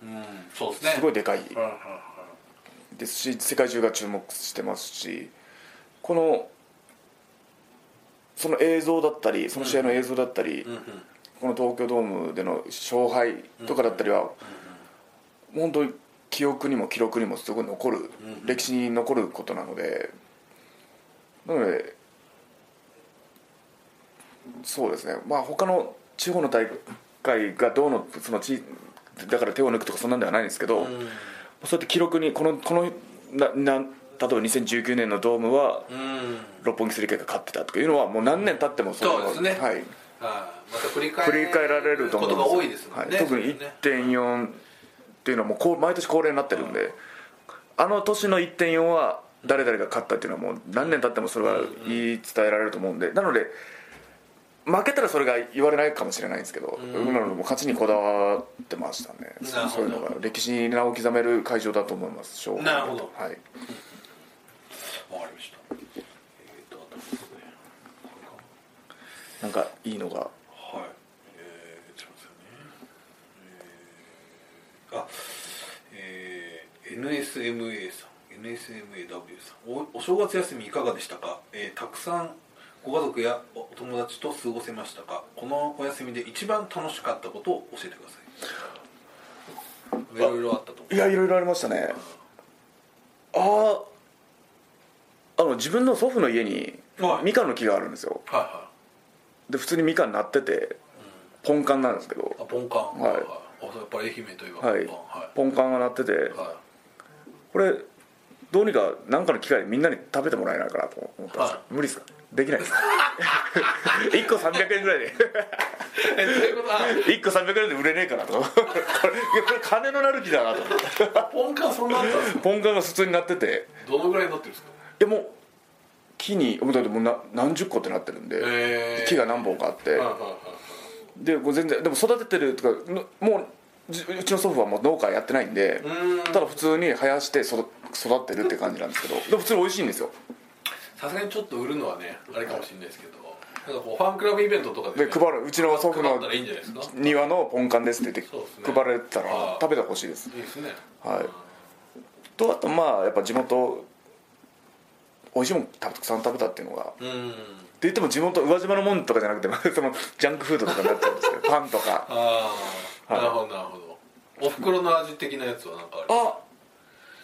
[SPEAKER 2] そうですね
[SPEAKER 1] すごいでかい
[SPEAKER 2] うんうんうん
[SPEAKER 1] ですし世界中が注目してますしこのその映像だったりその試合の映像だったり、
[SPEAKER 2] うんうん
[SPEAKER 1] この東京ドームでの勝敗とかだったりは、本当に記憶にも記録にもすごい残る、
[SPEAKER 2] うん
[SPEAKER 1] 歴史に残ることなのでなのでそうですねまあ他の地方の大会がどうのその地だから手を抜くとかそんなんではないんですけど、
[SPEAKER 2] うん
[SPEAKER 1] そうやって記録にこのこのなな例えば2019年のドームは
[SPEAKER 2] うん
[SPEAKER 1] 六本木スリーカが勝ってたとかいうのはもう何年経ってもの
[SPEAKER 2] そうですね
[SPEAKER 1] はい、
[SPEAKER 2] はいまた振り返
[SPEAKER 1] 繰り返られると思
[SPEAKER 2] こ
[SPEAKER 1] うんです
[SPEAKER 2] とが多いですも
[SPEAKER 1] は
[SPEAKER 2] ん
[SPEAKER 1] い、
[SPEAKER 2] ね、
[SPEAKER 1] 特に
[SPEAKER 2] ね
[SPEAKER 1] 1.4っていうのはもうこう毎年恒例になってるんで、あの年の1.4は誰々が勝ったっていうのはもう何年経ってもそれは言い伝えられると思うんでなので負けたらそれが言われないかもしれないんですけど、
[SPEAKER 2] うん
[SPEAKER 1] なのでもう勝ちにこだわってましたね
[SPEAKER 2] なるほど
[SPEAKER 1] そういうのが歴史に名を刻める会場だと思います正午
[SPEAKER 2] なるほど
[SPEAKER 1] はい、
[SPEAKER 2] わかりましたえーとあとですねこれかな
[SPEAKER 1] なんかいいのが
[SPEAKER 2] はい。えー、ちょっと待ってね。えー、あ、えー、NSMA さん、NSMAW さん。おお正月休みいかがでしたか。えー、たくさんご家族やお友達と過ごせましたか。このお休みで一番楽しかったことを教えてください。いろいろあったと思う。
[SPEAKER 1] いやいろいろありましたねあーあの自分の祖父の家に
[SPEAKER 2] はい
[SPEAKER 1] みかんの木があるんですよ
[SPEAKER 2] はいは
[SPEAKER 1] で普通にみかんなっててポンカンなんですけど
[SPEAKER 2] い。あ、ポンカン。
[SPEAKER 1] はい
[SPEAKER 2] あ、そうやっぱり愛媛といえばポンカン。
[SPEAKER 1] はいポンカンがなってて
[SPEAKER 2] はい。はい
[SPEAKER 1] これどうにか何かの機会でみんなに食べてもらえないかなと思ったんですよ
[SPEAKER 2] は
[SPEAKER 1] 無理ですかできないですか1 個300円ぐらいで
[SPEAKER 2] え、ということは
[SPEAKER 1] 1個300円で売れねえかなとこれいやこれ金のなる木だなと思って
[SPEAKER 2] あ、 ポンカンそんなあったんですか。
[SPEAKER 1] ポンカンが普通になってて
[SPEAKER 2] どのぐらいになってるんですか。
[SPEAKER 1] いやもう木にもうだってもうな何十個ってなってるんで、
[SPEAKER 2] えー
[SPEAKER 1] 木が何本かあって、
[SPEAKER 2] はいはいはいはい。
[SPEAKER 1] でこう全然でも育ててるとかのもうじうちの祖父はもう農家やってないんで
[SPEAKER 2] うん
[SPEAKER 1] ただ普通に生やして育育ってるって感じなんですけどでも普通に美味しいんですよ
[SPEAKER 2] さすがにちょっと売るのはねあれかもしれないですけどなんかこうファンクラブイベントとかで,、
[SPEAKER 1] で配るうちの祖父
[SPEAKER 2] 配っ
[SPEAKER 1] の
[SPEAKER 2] たらいいんじゃないですかい
[SPEAKER 1] 庭のポンカンですって言
[SPEAKER 2] そうです
[SPEAKER 1] って
[SPEAKER 2] ね
[SPEAKER 1] 配られてた
[SPEAKER 2] あ
[SPEAKER 1] ら
[SPEAKER 2] ー
[SPEAKER 1] 食べてほしいです
[SPEAKER 2] いですね
[SPEAKER 1] はいとあとまあやっぱ地元美味しいもんたくさん食べたっていうのが
[SPEAKER 2] うんうん
[SPEAKER 1] って言っても地元宇和島のもんとかじゃなくて そのジャンクフードとかになっちゃうんですけどパンとか
[SPEAKER 2] ああ、
[SPEAKER 1] はい
[SPEAKER 2] なるほどなるほどお袋の味的なやつはなんかある
[SPEAKER 1] あ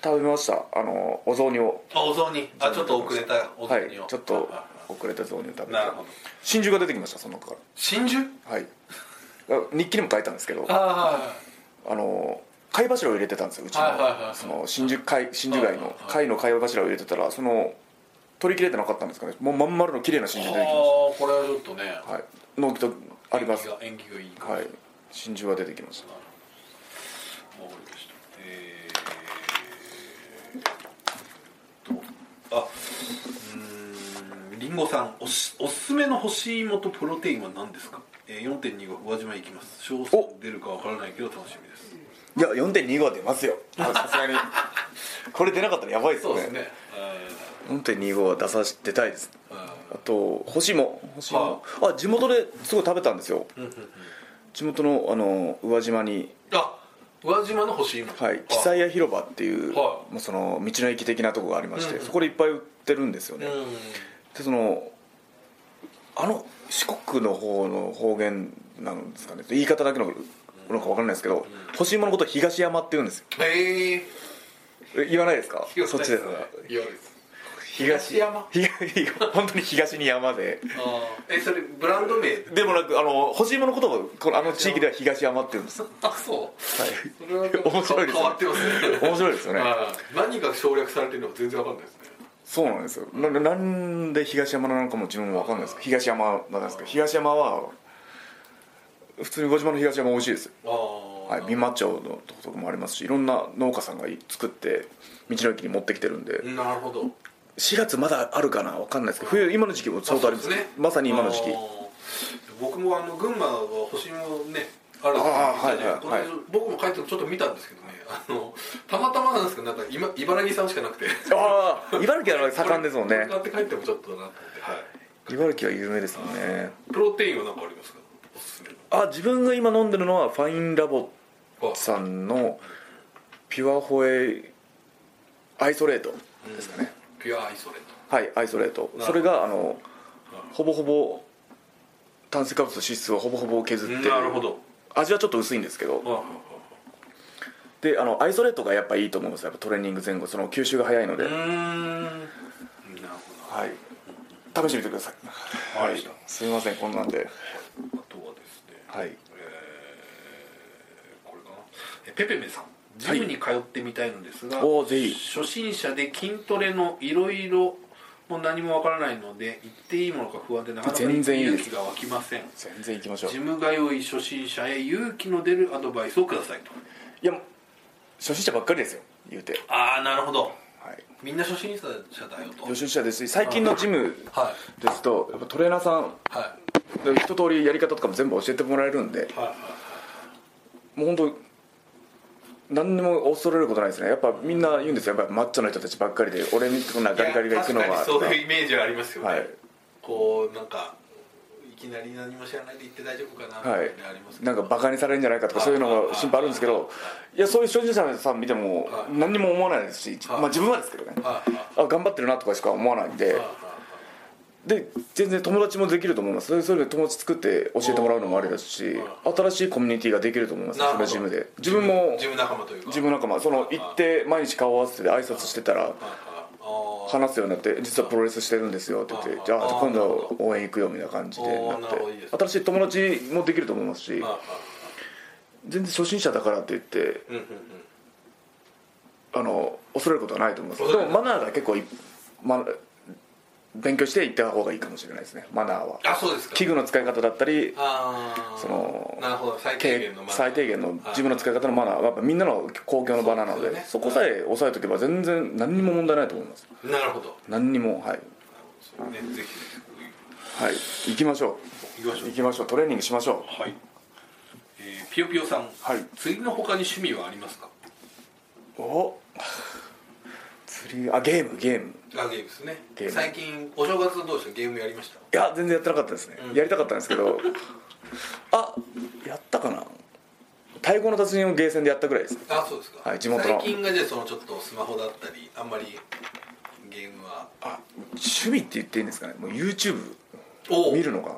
[SPEAKER 1] 食べましたあのお雑煮を
[SPEAKER 2] あお雑煮あちょっと遅れたお雑煮を、
[SPEAKER 1] はいちょっと
[SPEAKER 2] ああ
[SPEAKER 1] 遅れた導入食べて
[SPEAKER 2] なるほど
[SPEAKER 1] 真珠が出てきましたその中か
[SPEAKER 2] 真珠
[SPEAKER 1] らはいあ日記にも書いたんですけどあ
[SPEAKER 2] あ
[SPEAKER 1] の貝柱を入れてたんですようちの,、
[SPEAKER 2] はいはいはい
[SPEAKER 1] その真珠貝真珠貝
[SPEAKER 2] はい
[SPEAKER 1] の
[SPEAKER 2] はいはい
[SPEAKER 1] 貝の貝柱を入れてたらその取り切れてなかったんですかねもうまん丸の綺麗な
[SPEAKER 2] あ
[SPEAKER 1] 真
[SPEAKER 2] ー
[SPEAKER 1] 珠出てきまし
[SPEAKER 2] これはちょっとね
[SPEAKER 1] たはい納期とあります
[SPEAKER 2] 演技が演技がいいかも
[SPEAKER 1] はい
[SPEAKER 2] しれない
[SPEAKER 1] 真珠は出てきました
[SPEAKER 2] わかりましたえーっとあうーんりんごさんおすおすすめの干し芋とプロテインは何ですか、えー、4.2が宇和島行きます少数出るかわからないけど楽しみです
[SPEAKER 1] いや4.25は出ますよさすが にこれ出なかったらやばいですね4.25は出さし出たいですあと干し芋干し芋あ地元ですごい食べたんですよ
[SPEAKER 2] うんうんうん
[SPEAKER 1] 地元のあの宇和島に、
[SPEAKER 2] あ宇和島の干し芋
[SPEAKER 1] はい、木更屋広場っていう、
[SPEAKER 2] は
[SPEAKER 1] もうその道の駅的なとこがありまして、
[SPEAKER 2] うんうん
[SPEAKER 1] そこでいっぱい売ってるんですよ
[SPEAKER 2] う
[SPEAKER 1] ね、
[SPEAKER 2] ん
[SPEAKER 1] でそのあの四国の方の方言なんですかね言い方だけののか分かんないですけど、干し芋のことを東山って言うんですよ
[SPEAKER 2] へえ
[SPEAKER 1] え言わないですかそっちです
[SPEAKER 2] 東山
[SPEAKER 1] 東 本当に東に山で
[SPEAKER 2] あーえそれブランド名
[SPEAKER 1] でもなくあの干し芋のことをこのあの地域では東山って言うんです、は
[SPEAKER 2] あそう
[SPEAKER 1] い、
[SPEAKER 2] それは
[SPEAKER 1] 面白いですね
[SPEAKER 2] 変わってますね
[SPEAKER 1] 面白いですよね
[SPEAKER 2] はい何が省略されてるのか全然わかんないですね
[SPEAKER 1] そうなんですよななんで東山なのかも自分も分かんないです東山なんですけど東山は普通にご自慢の東山美味しいですよ
[SPEAKER 2] ああ
[SPEAKER 1] はい、美馬町のとこもありますしいろんな農家さんが作って道の駅に持ってきてるんで
[SPEAKER 2] なるほど
[SPEAKER 1] 4月まだあるかな分かんないですけど冬今の時期も相当あります
[SPEAKER 2] そうです
[SPEAKER 1] まさに今の時期
[SPEAKER 2] あー僕もあの群馬は星もねあるんですけど
[SPEAKER 1] あーはいはい
[SPEAKER 2] これ
[SPEAKER 1] はい
[SPEAKER 2] 僕も帰ってちょっと見たんですけどねあのたまたまなんですけどなんか今茨城産しかなくて
[SPEAKER 1] ああ茨城は 盛んですもん
[SPEAKER 2] こ
[SPEAKER 1] ね
[SPEAKER 2] れ買って帰ってもちょっとなと思って、はい、
[SPEAKER 1] 茨城は有名ですもんね
[SPEAKER 2] プロテインは何かありますかおすすめの
[SPEAKER 1] あ自分が今飲んでるのはファインラボ
[SPEAKER 2] あ
[SPEAKER 1] さんのピュアホエアイソレートですかね、
[SPEAKER 2] ピュアアイソレート
[SPEAKER 1] はいアイソレート
[SPEAKER 2] ほど
[SPEAKER 1] それがあの
[SPEAKER 2] なる
[SPEAKER 1] ほぼほぼ炭水化物と脂質をほぼほぼ削ってる
[SPEAKER 2] なるほど
[SPEAKER 1] 味はちょっと薄いんですけど
[SPEAKER 2] あ
[SPEAKER 1] であのアイソレートがやっぱいいと思うんですよやっぱトレーニング前後その吸収が早いので、
[SPEAKER 2] うーんなる
[SPEAKER 1] はい試してみてください
[SPEAKER 2] わかりました
[SPEAKER 1] すみませんこんなんで
[SPEAKER 2] ほどあとはですね
[SPEAKER 1] はい
[SPEAKER 2] えーこれかなえペペメさんジムに通ってみたいのですが、
[SPEAKER 1] おーぜひ
[SPEAKER 2] 初心者で筋トレのいろいろも何もわからないので行っていいものか不安でなかなか
[SPEAKER 1] 全然いいで
[SPEAKER 2] 勇
[SPEAKER 1] す
[SPEAKER 2] 気が湧きません
[SPEAKER 1] 全然行きましょう
[SPEAKER 2] ジム通い初心者へ勇気の出るアドバイスをくださいと
[SPEAKER 1] いやもう初心者ばっかりですよ言うて
[SPEAKER 2] ああなるほど
[SPEAKER 1] はい
[SPEAKER 2] みんな初心者だよと
[SPEAKER 1] 初心者ですし最近のジム
[SPEAKER 2] はい
[SPEAKER 1] ですとやっぱトレーナーさん
[SPEAKER 2] はい
[SPEAKER 1] 一通りやり方とかも全部教えてもらえるんで
[SPEAKER 2] はいはい
[SPEAKER 1] もう本当何にも恐れることないですねやっぱみんな言うんですよやっぱマッチョの人たちばっかりで俺みたいなガリガリが行くの
[SPEAKER 2] いや
[SPEAKER 1] は
[SPEAKER 2] 確かにそういうイメージはありますよね、
[SPEAKER 1] はい
[SPEAKER 2] こうなんかいきなり何も知らないで行って大丈夫かなみ
[SPEAKER 1] は
[SPEAKER 2] た
[SPEAKER 1] い
[SPEAKER 2] いなのあります、けど
[SPEAKER 1] なんかバカにされるんじゃないかとか
[SPEAKER 2] はい
[SPEAKER 1] そういうのが心配あるんですけ
[SPEAKER 2] はい
[SPEAKER 1] どいやそういう初心者さん見ても
[SPEAKER 2] はい
[SPEAKER 1] 何にも思わないですし、
[SPEAKER 2] はい
[SPEAKER 1] まあ、自分はですけどね
[SPEAKER 2] はいはい
[SPEAKER 1] あ頑張ってるなとかしか思わないんで
[SPEAKER 2] はいはい
[SPEAKER 1] で全然友達もできると思いますそれそれで友達作って教えてもらうのもありですし新しいコミュニティができると思います
[SPEAKER 2] なる
[SPEAKER 1] そ
[SPEAKER 2] ほど
[SPEAKER 1] のジムで自分も
[SPEAKER 2] 自分仲間というか
[SPEAKER 1] 自分仲間その行って毎日顔合わせて挨拶してたら
[SPEAKER 2] はいはいあー
[SPEAKER 1] 話すようになって実はプロレスしてるんですよって言っ
[SPEAKER 2] あ
[SPEAKER 1] てじゃあ
[SPEAKER 2] あ
[SPEAKER 1] 今
[SPEAKER 2] なるほ
[SPEAKER 1] 度応援行くよみたいな感じでなっ
[SPEAKER 2] あなるほどいいで
[SPEAKER 1] て
[SPEAKER 2] す
[SPEAKER 1] 新しい友達もできると思いますし
[SPEAKER 2] はいはい
[SPEAKER 1] 全然初心者だからって言って
[SPEAKER 2] うんうんうん
[SPEAKER 1] あの恐れることはないと思いますで
[SPEAKER 2] 恐れ
[SPEAKER 1] も
[SPEAKER 2] る
[SPEAKER 1] マナーが結構い、ま、勉強していった方がいいかもしれないですねマナーは
[SPEAKER 2] あそうですか
[SPEAKER 1] 器具の使い方だったり
[SPEAKER 2] ああ
[SPEAKER 1] その
[SPEAKER 2] なるほど最低限のマナー
[SPEAKER 1] 最低限の自分の使い方のマナーはやっぱみんなの公共の場なの
[SPEAKER 2] そう
[SPEAKER 1] で
[SPEAKER 2] ですよね
[SPEAKER 1] そこさえ押さえとけば全然何にも問題ないと思います
[SPEAKER 2] なるほど
[SPEAKER 1] 何にもはい、
[SPEAKER 2] そうねぜ
[SPEAKER 1] はい、行きましょ
[SPEAKER 2] ひ行き
[SPEAKER 1] う
[SPEAKER 2] ましょう
[SPEAKER 1] 行きましょうトレーニングしましょ
[SPEAKER 2] はいえーぴよぴよさん
[SPEAKER 1] はい
[SPEAKER 2] 釣りの他に趣味はありますか
[SPEAKER 1] うお釣りあゲームゲーム
[SPEAKER 2] あゲームですね
[SPEAKER 1] ゲーム
[SPEAKER 2] 最近お正月どうでしたゲームやりました
[SPEAKER 1] いや全然やってなかったですね、
[SPEAKER 2] うん
[SPEAKER 1] やりたかったんですけ どあやったかな太鼓の達人をゲーセンでやったぐらいです
[SPEAKER 2] あそうですか、
[SPEAKER 1] はい地元の
[SPEAKER 2] 最近がじゃあそのちょっとスマホだったりあんまりゲームは
[SPEAKER 1] あ趣味って言っていいんですかねもう YouTube
[SPEAKER 2] お
[SPEAKER 1] 見るのが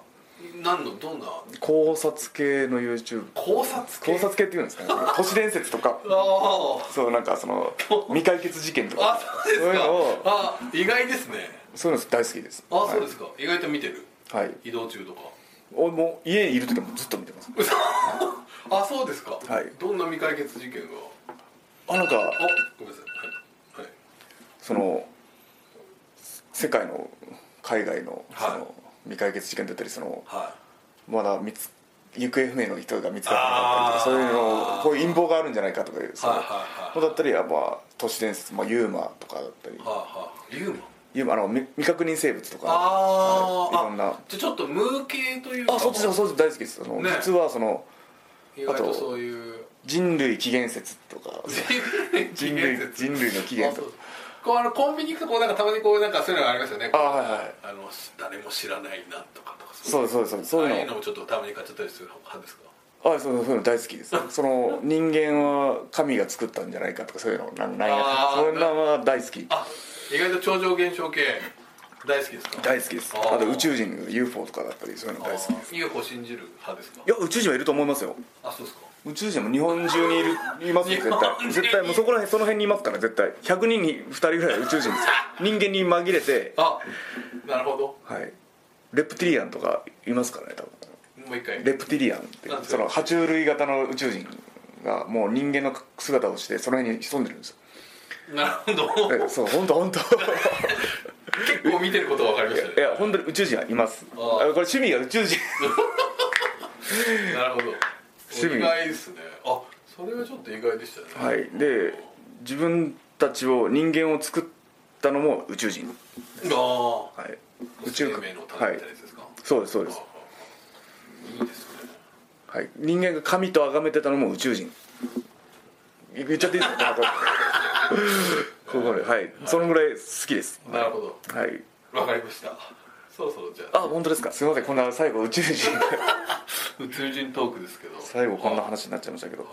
[SPEAKER 2] 何のどんな
[SPEAKER 1] 考察系の YouTube
[SPEAKER 2] 考察系
[SPEAKER 1] 考察系っていうんですかね都市伝説とか
[SPEAKER 2] ああ
[SPEAKER 1] そうなんかそ の未解決事件とか
[SPEAKER 2] あそうです
[SPEAKER 1] そういう
[SPEAKER 2] か
[SPEAKER 1] のを
[SPEAKER 2] あ意外ですね
[SPEAKER 1] そういうの大好きです
[SPEAKER 2] あそうですか意外と見てる
[SPEAKER 1] はい、はい、
[SPEAKER 2] 移動中とか
[SPEAKER 1] 俺もう家にいる時もずっと見てます
[SPEAKER 2] あそうですか
[SPEAKER 1] はい
[SPEAKER 2] どんな未解決事件が
[SPEAKER 1] あなんか
[SPEAKER 2] あごめんなさいはいはい
[SPEAKER 1] その世界の海外のそ
[SPEAKER 2] はい
[SPEAKER 1] の未解決事件だったりその
[SPEAKER 2] はい
[SPEAKER 1] まだ見つ行方不明の人が見つかってなかったりとかそういう
[SPEAKER 2] あ
[SPEAKER 1] の
[SPEAKER 2] ー
[SPEAKER 1] こういう陰謀があるんじゃないかとかいうそう
[SPEAKER 2] はいはいはい
[SPEAKER 1] のだったりやっぱ都市伝説、まあ、ユーマとかだったり
[SPEAKER 2] はあはあリュウマ
[SPEAKER 1] ユーマあの未未確認生物とか
[SPEAKER 2] あー
[SPEAKER 1] はいいろんな
[SPEAKER 2] あじゃあちょっと無形というか
[SPEAKER 1] あそっちでもそっち大好きですあの、
[SPEAKER 2] ね
[SPEAKER 1] 実はその
[SPEAKER 2] 意外
[SPEAKER 1] あ
[SPEAKER 2] と
[SPEAKER 1] と
[SPEAKER 2] そういう
[SPEAKER 1] 人類起源説とか人類人類の起源
[SPEAKER 2] あ
[SPEAKER 1] と
[SPEAKER 2] そう
[SPEAKER 1] か
[SPEAKER 2] こうあのコンビニ行くとこうなんかたまにこうなんかそういうのがありますよね
[SPEAKER 1] あはいはい
[SPEAKER 2] あの誰も知らないなんとかとか
[SPEAKER 1] そううそうそうそう
[SPEAKER 2] ああい
[SPEAKER 1] いうう
[SPEAKER 2] の
[SPEAKER 1] の
[SPEAKER 2] もちょっとたまに買っちゃったりする派ですか
[SPEAKER 1] あそうそうそういうの大好き ですその人間は神が作ったんじゃないかとかそういうのなんなんや
[SPEAKER 2] あー
[SPEAKER 1] そういうのは大好き
[SPEAKER 2] あ意外と超常現象系大好きですか
[SPEAKER 1] 大好きです
[SPEAKER 2] あー
[SPEAKER 1] あと宇宙人 UFO とかだったりそういうの大好きです
[SPEAKER 2] あー UFO 信じる派ですか
[SPEAKER 1] いや宇宙人はいると思いますよ
[SPEAKER 2] あそうですか
[SPEAKER 1] 宇宙人も日本中にいるいますよ絶
[SPEAKER 2] 日本人
[SPEAKER 1] 対絶対もうそこら辺その辺にいますから絶対100人に2人ぐらい宇宙人ですよ 人間に紛れて
[SPEAKER 2] あなるほど
[SPEAKER 1] はいレプティリアンとかいますからね多分
[SPEAKER 2] もう一回
[SPEAKER 1] レプティリアンって
[SPEAKER 2] なんですか
[SPEAKER 1] その爬虫類型の宇宙人がもう人間の姿をしてその辺に潜んでるんですよ
[SPEAKER 2] なるほど
[SPEAKER 1] えそう本当本当
[SPEAKER 2] 結構見てることは分かりました
[SPEAKER 1] いや本当に宇宙人はいますあ
[SPEAKER 2] あー
[SPEAKER 1] これ趣味が宇宙人
[SPEAKER 2] ねなるほど
[SPEAKER 1] 趣味
[SPEAKER 2] 意外ですねあそれはちょっと意外でしたね
[SPEAKER 1] はいで自分たちを人間を作ったのも宇宙人
[SPEAKER 2] ああ
[SPEAKER 1] はい宇
[SPEAKER 2] 宇
[SPEAKER 1] 宙
[SPEAKER 2] 宙
[SPEAKER 1] か
[SPEAKER 2] 名の種
[SPEAKER 1] はい
[SPEAKER 2] みたいなやつですか、
[SPEAKER 1] そうですそうです
[SPEAKER 2] いいですね
[SPEAKER 1] はい、人間が神と崇めてたのも宇宙人言っちゃっていいです かここまではいそのぐらい好きです
[SPEAKER 2] なるほど
[SPEAKER 1] はい
[SPEAKER 2] わかりましたそろそろじゃあ
[SPEAKER 1] あ本当ですかすいませんこんな最後宇宙 人
[SPEAKER 2] 宇宙人トークですけど
[SPEAKER 1] 最後こんな
[SPEAKER 2] はい
[SPEAKER 1] 話になっちゃいましたけど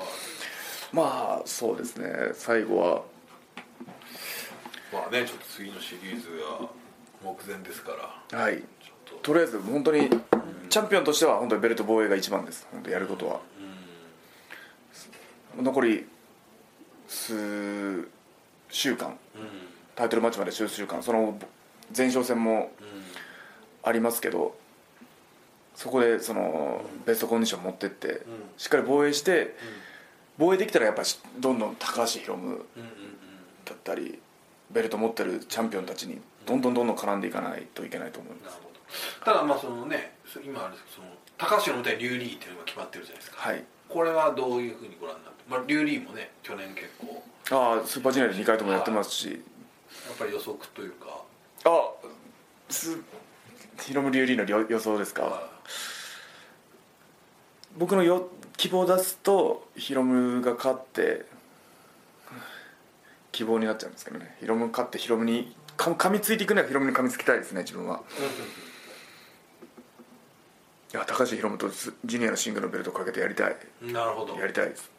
[SPEAKER 1] まあそうですね最後は
[SPEAKER 2] まあねちょっと次のシリーズが目前ですから
[SPEAKER 1] はい
[SPEAKER 2] ちょっと
[SPEAKER 1] とりあえず本当にチャンピオンとしては本当にベルト防衛が一番です本当やることは残り数週間
[SPEAKER 2] うん
[SPEAKER 1] タイトルマッチまで数週間その前哨戦もありますけどそこでそのベストコンディション持ってって、しっかり防衛して防衛できたらやっぱしどんどん高橋宏夢
[SPEAKER 2] うんうんうんうん
[SPEAKER 1] だったりベルト持ってるチャンピオンたちにどんどんどんどん絡んでいかないといけないと思いま
[SPEAKER 2] なる
[SPEAKER 1] す
[SPEAKER 2] ほどただまあそのねそ今あれですけどその高橋の舞台リュウリーっていうのが決まってるじゃないですか
[SPEAKER 1] はい
[SPEAKER 2] これはどういうふうにご覧になってまあリュウリーもね去年結構や
[SPEAKER 1] ああスーパージュニアで2回ともやってますし
[SPEAKER 2] っぱり予測というか
[SPEAKER 1] あすヒロム・リュウリーの予予想ですか、
[SPEAKER 2] は
[SPEAKER 1] 僕のよ希望を出すとヒロムが勝って希望になっちゃうんですけどねヒロム勝ってヒロムにか噛みついていくにはヒロムに噛みつきたいですね自分はいや高橋ヒロムとジュニアのシングルのベルトかけてやりたい
[SPEAKER 2] いなるほど
[SPEAKER 1] やりたいです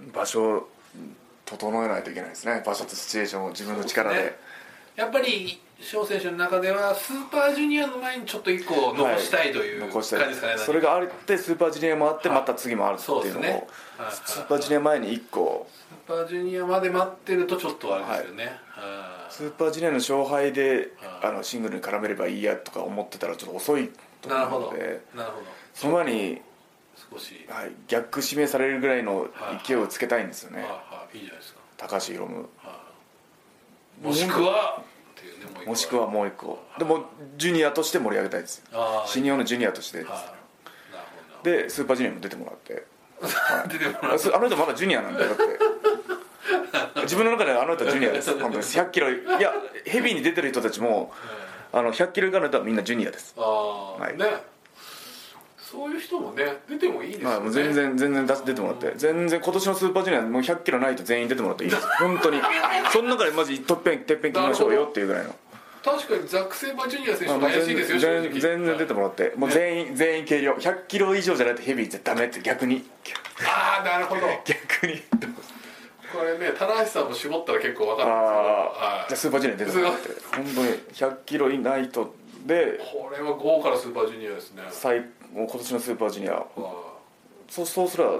[SPEAKER 2] う
[SPEAKER 1] 場所を整えないといけないですね場所とシチュエーションを自分の力で
[SPEAKER 2] そうですねんやっぱり翔選手の中ではスーパージュニアの前にちょっと一個残したいという
[SPEAKER 1] 残
[SPEAKER 2] 感
[SPEAKER 1] し
[SPEAKER 2] じ
[SPEAKER 1] たい
[SPEAKER 2] ですかね、
[SPEAKER 1] それがあってスーパージュニアもあってまた次もあるって
[SPEAKER 2] そう
[SPEAKER 1] い
[SPEAKER 2] で
[SPEAKER 1] う
[SPEAKER 2] す
[SPEAKER 1] のを、
[SPEAKER 2] ねはいはい
[SPEAKER 1] スーパージュニア前に1個
[SPEAKER 2] スーパージュニアまで待ってるとちょっとあれですよね、は
[SPEAKER 1] スーパージュニアの勝敗で
[SPEAKER 2] はい
[SPEAKER 1] あのシングルに絡めればいいやとか思ってたらちょっと遅い
[SPEAKER 2] い
[SPEAKER 1] と
[SPEAKER 2] なるほ
[SPEAKER 1] 思う
[SPEAKER 2] ど
[SPEAKER 1] ので
[SPEAKER 2] なるほ
[SPEAKER 1] その前に、
[SPEAKER 2] ど少し、
[SPEAKER 1] はい、逆指名されるぐらいの勢いをつけたいんですよね
[SPEAKER 2] はいはいいいじゃないですか
[SPEAKER 1] 高橋宏夢
[SPEAKER 2] はいもしくはっていうねもう一個
[SPEAKER 1] もしくはもう一個でもジュニアとして盛り上げたいです
[SPEAKER 2] あー
[SPEAKER 1] 新日本のジュニアとして
[SPEAKER 2] はいなるほど
[SPEAKER 1] でスーパージュニアも出てもらって
[SPEAKER 2] な出てもら
[SPEAKER 1] あ
[SPEAKER 2] う
[SPEAKER 1] そあの人まだジュニアなんだよ だって自分の中ではあの人はジュニアです本当に100キロいやヘビーに出てる人たちもあの100キロ以下の人はみんなジュニアです
[SPEAKER 2] ああ、
[SPEAKER 1] はい
[SPEAKER 2] ねそういう人もね出てもいいですよね、
[SPEAKER 1] まあ、もう全然全然出す出てもらって全然今年のスーパージュニアもう100キロないと全員出てもらっていいです本 当にその中でマジトッペンてっぺん決めましょうよっていうぐらいの、
[SPEAKER 2] 確かにザック・セイバージュニア選
[SPEAKER 1] まあも
[SPEAKER 2] 手も
[SPEAKER 1] う
[SPEAKER 2] 怪
[SPEAKER 1] 全
[SPEAKER 2] しい
[SPEAKER 1] 然
[SPEAKER 2] ですよ
[SPEAKER 1] 全然全然出て
[SPEAKER 2] も
[SPEAKER 1] もらってもう全員全員軽量100キロ以上じゃないとヘビーじゃダメって逆に
[SPEAKER 2] ああなるほど
[SPEAKER 1] 逆に
[SPEAKER 2] これね棚橋さんも絞ったら結構分かるんです
[SPEAKER 1] あ
[SPEAKER 2] けど
[SPEAKER 1] あ
[SPEAKER 2] はい
[SPEAKER 1] じゃあスーパージュニア出てもらって本当に100キロいないとで
[SPEAKER 2] これは豪華なスーパージュニアですね
[SPEAKER 1] 最もう今年のスーパージュニア
[SPEAKER 2] あ
[SPEAKER 1] そうそうすれば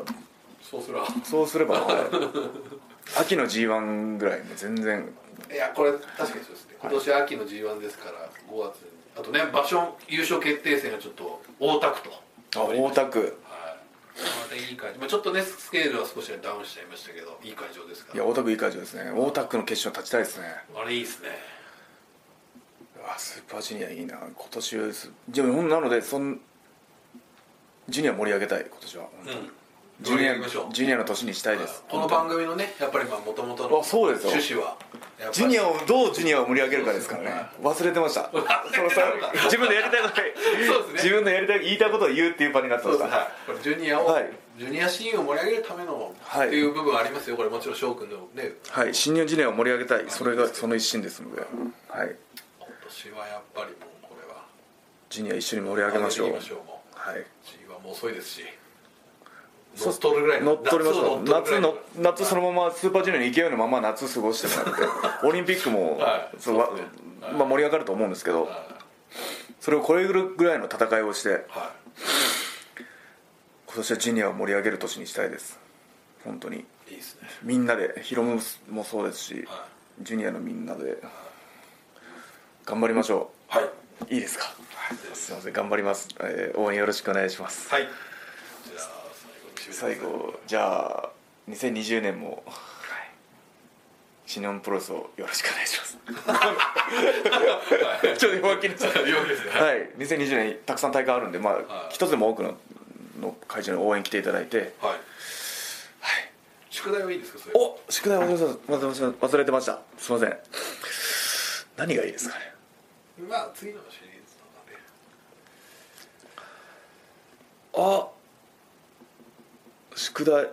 [SPEAKER 2] そうすら
[SPEAKER 1] そうすれ ば、はい、秋の g 1ぐらいも全然
[SPEAKER 2] いやこれ確かにそうですね今年秋の g 1ですから5月にあとね場所優勝決定戦がちょっと大田区と
[SPEAKER 1] あ大田区
[SPEAKER 2] はいまたいい会場、まあ、ちょっとねスケールは少しダウンしちゃいましたけどいい会場ですか
[SPEAKER 1] いや
[SPEAKER 2] ら
[SPEAKER 1] 大田区いい会場ですね大田区の決勝立ちたいですね
[SPEAKER 2] あれいいですね
[SPEAKER 1] うわスーパージュニアいいな今年はすじゃあほんなのでそんジュニア盛り上げたい今年は、
[SPEAKER 2] うん
[SPEAKER 1] ジュニ
[SPEAKER 2] 行きましょう
[SPEAKER 1] アジュニアの年にしたいです、
[SPEAKER 2] この番組のねやっぱりまあもともとの
[SPEAKER 1] あそうですよ
[SPEAKER 2] 趣旨はやっぱ
[SPEAKER 1] ジ
[SPEAKER 2] り
[SPEAKER 1] ュニアをどうジュニアを盛り上げるかですからね忘れてましたその
[SPEAKER 2] た
[SPEAKER 1] さ自分でやりたいことを
[SPEAKER 2] そうですね
[SPEAKER 1] 自分のやりたい言いたいことを言うっていう場になって
[SPEAKER 2] そ
[SPEAKER 1] ま
[SPEAKER 2] う
[SPEAKER 1] し
[SPEAKER 2] で
[SPEAKER 1] た
[SPEAKER 2] すはいこれジュニアを、
[SPEAKER 1] はい
[SPEAKER 2] ジュニアシーンを盛り上げるための、
[SPEAKER 1] はい
[SPEAKER 2] っていう部分はありますよこれもちろん翔くんでもね
[SPEAKER 1] はい新入ジュニアを盛り上げたいそれがその一心ですので、はい、
[SPEAKER 2] 今年はやっぱりもうこれは
[SPEAKER 1] ジュニア一緒に盛り上げましょう
[SPEAKER 2] 上げていきましょうもう
[SPEAKER 1] はい
[SPEAKER 2] G はもう遅いですし
[SPEAKER 1] そ
[SPEAKER 2] 乗っ取るぐらい
[SPEAKER 1] 乗っ取りましょう夏の夏そ
[SPEAKER 2] の
[SPEAKER 1] のままスーパージュニアに勢いのまま夏過ごしてもらってオリンピックも、
[SPEAKER 2] はい
[SPEAKER 1] そうわ
[SPEAKER 2] そうですねはい
[SPEAKER 1] まあ、盛り上がると思うんですけど、それを超えるぐらいの戦いをして
[SPEAKER 2] は
[SPEAKER 1] 今年はジュニアを盛り上げる年にしたいです本当に
[SPEAKER 2] いいいですね
[SPEAKER 1] みんなでヒロムもそうですし、
[SPEAKER 2] は
[SPEAKER 1] ジュニアのみんなで頑張りましょ
[SPEAKER 2] はいう
[SPEAKER 1] いいですかすいません頑張ります、えー応援よろしくお願いします
[SPEAKER 2] はいじゃあ最
[SPEAKER 1] 最
[SPEAKER 2] 後に締めてください
[SPEAKER 1] 後じゃあ2020年も、新日本プロレスをよろしくお願いしますちょっと弱気になっちゃった
[SPEAKER 2] 弱気ですね
[SPEAKER 1] はい2020年たくさん大会あるんでまあ
[SPEAKER 2] い
[SPEAKER 1] 一つでも多くのの会場に応援来ていただいて
[SPEAKER 2] はい宿題はいいですかそれ
[SPEAKER 1] お宿題忘れてました忘れてましたすいません何がいいですかね
[SPEAKER 2] まあ次のシリーズとかね
[SPEAKER 1] あ宿題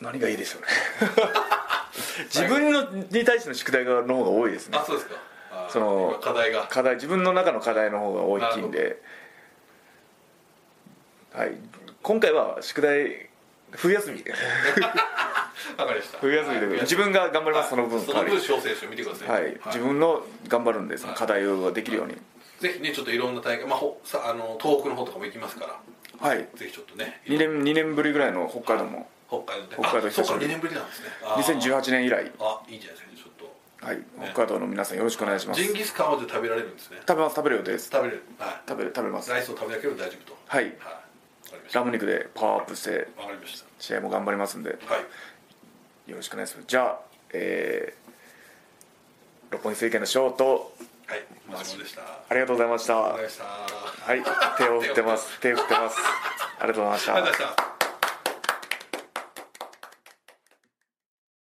[SPEAKER 1] 何がいいでしょう ね自分のに対しての宿題の方が多いですね
[SPEAKER 2] あそうですかあー
[SPEAKER 1] その
[SPEAKER 2] 今課題が
[SPEAKER 1] 課題自分の中の課題の方が大きいんで、はい、今回は宿題冬休 み
[SPEAKER 2] わかりました
[SPEAKER 1] 冬休みで
[SPEAKER 2] はい
[SPEAKER 1] 自分が頑張ります、
[SPEAKER 2] はい
[SPEAKER 1] その分
[SPEAKER 2] そ
[SPEAKER 1] 代
[SPEAKER 2] の
[SPEAKER 1] わりに
[SPEAKER 2] 分小選手見てください
[SPEAKER 1] はい、自分の頑張るんでその
[SPEAKER 2] はい
[SPEAKER 1] 課題をできるように
[SPEAKER 2] ぜひねちょっといろんな大会まあほさあの東北の方とかも行きますから
[SPEAKER 1] はい
[SPEAKER 2] ぜひちょっとね
[SPEAKER 1] 2年 ,2 年ぶりぐらいの北海道も
[SPEAKER 2] 北海道で
[SPEAKER 1] 北海道
[SPEAKER 2] あそ
[SPEAKER 1] 久
[SPEAKER 2] う
[SPEAKER 1] し
[SPEAKER 2] か
[SPEAKER 1] ぶり
[SPEAKER 2] 2年ぶりなんですねあー
[SPEAKER 1] 2018年以来、
[SPEAKER 2] あいいじゃないですかちょっ
[SPEAKER 1] はい、北海道の皆さんよろしくお願いし
[SPEAKER 2] と
[SPEAKER 1] ます
[SPEAKER 2] ジン
[SPEAKER 1] 食
[SPEAKER 2] ギスカンは食べられるんですね
[SPEAKER 1] べます食べる予定です
[SPEAKER 2] 食べれるはい
[SPEAKER 1] 食べる食べます
[SPEAKER 2] ライスを食べなければ大丈夫と
[SPEAKER 1] はい
[SPEAKER 2] はいわかりました
[SPEAKER 1] ラ
[SPEAKER 2] わ
[SPEAKER 1] ム肉でパワーアップして
[SPEAKER 2] かりまし
[SPEAKER 1] 試合も頑張りますんで
[SPEAKER 2] たはい
[SPEAKER 1] よろしくお願いしますじゃあえー、六本木政権のショート
[SPEAKER 2] はいお疲れ様でしたあ
[SPEAKER 1] ありがとうございました
[SPEAKER 2] りがとうございました
[SPEAKER 1] はい手を振ってます手を振ってますありがとうございまし
[SPEAKER 2] あり
[SPEAKER 1] た
[SPEAKER 2] がとうございました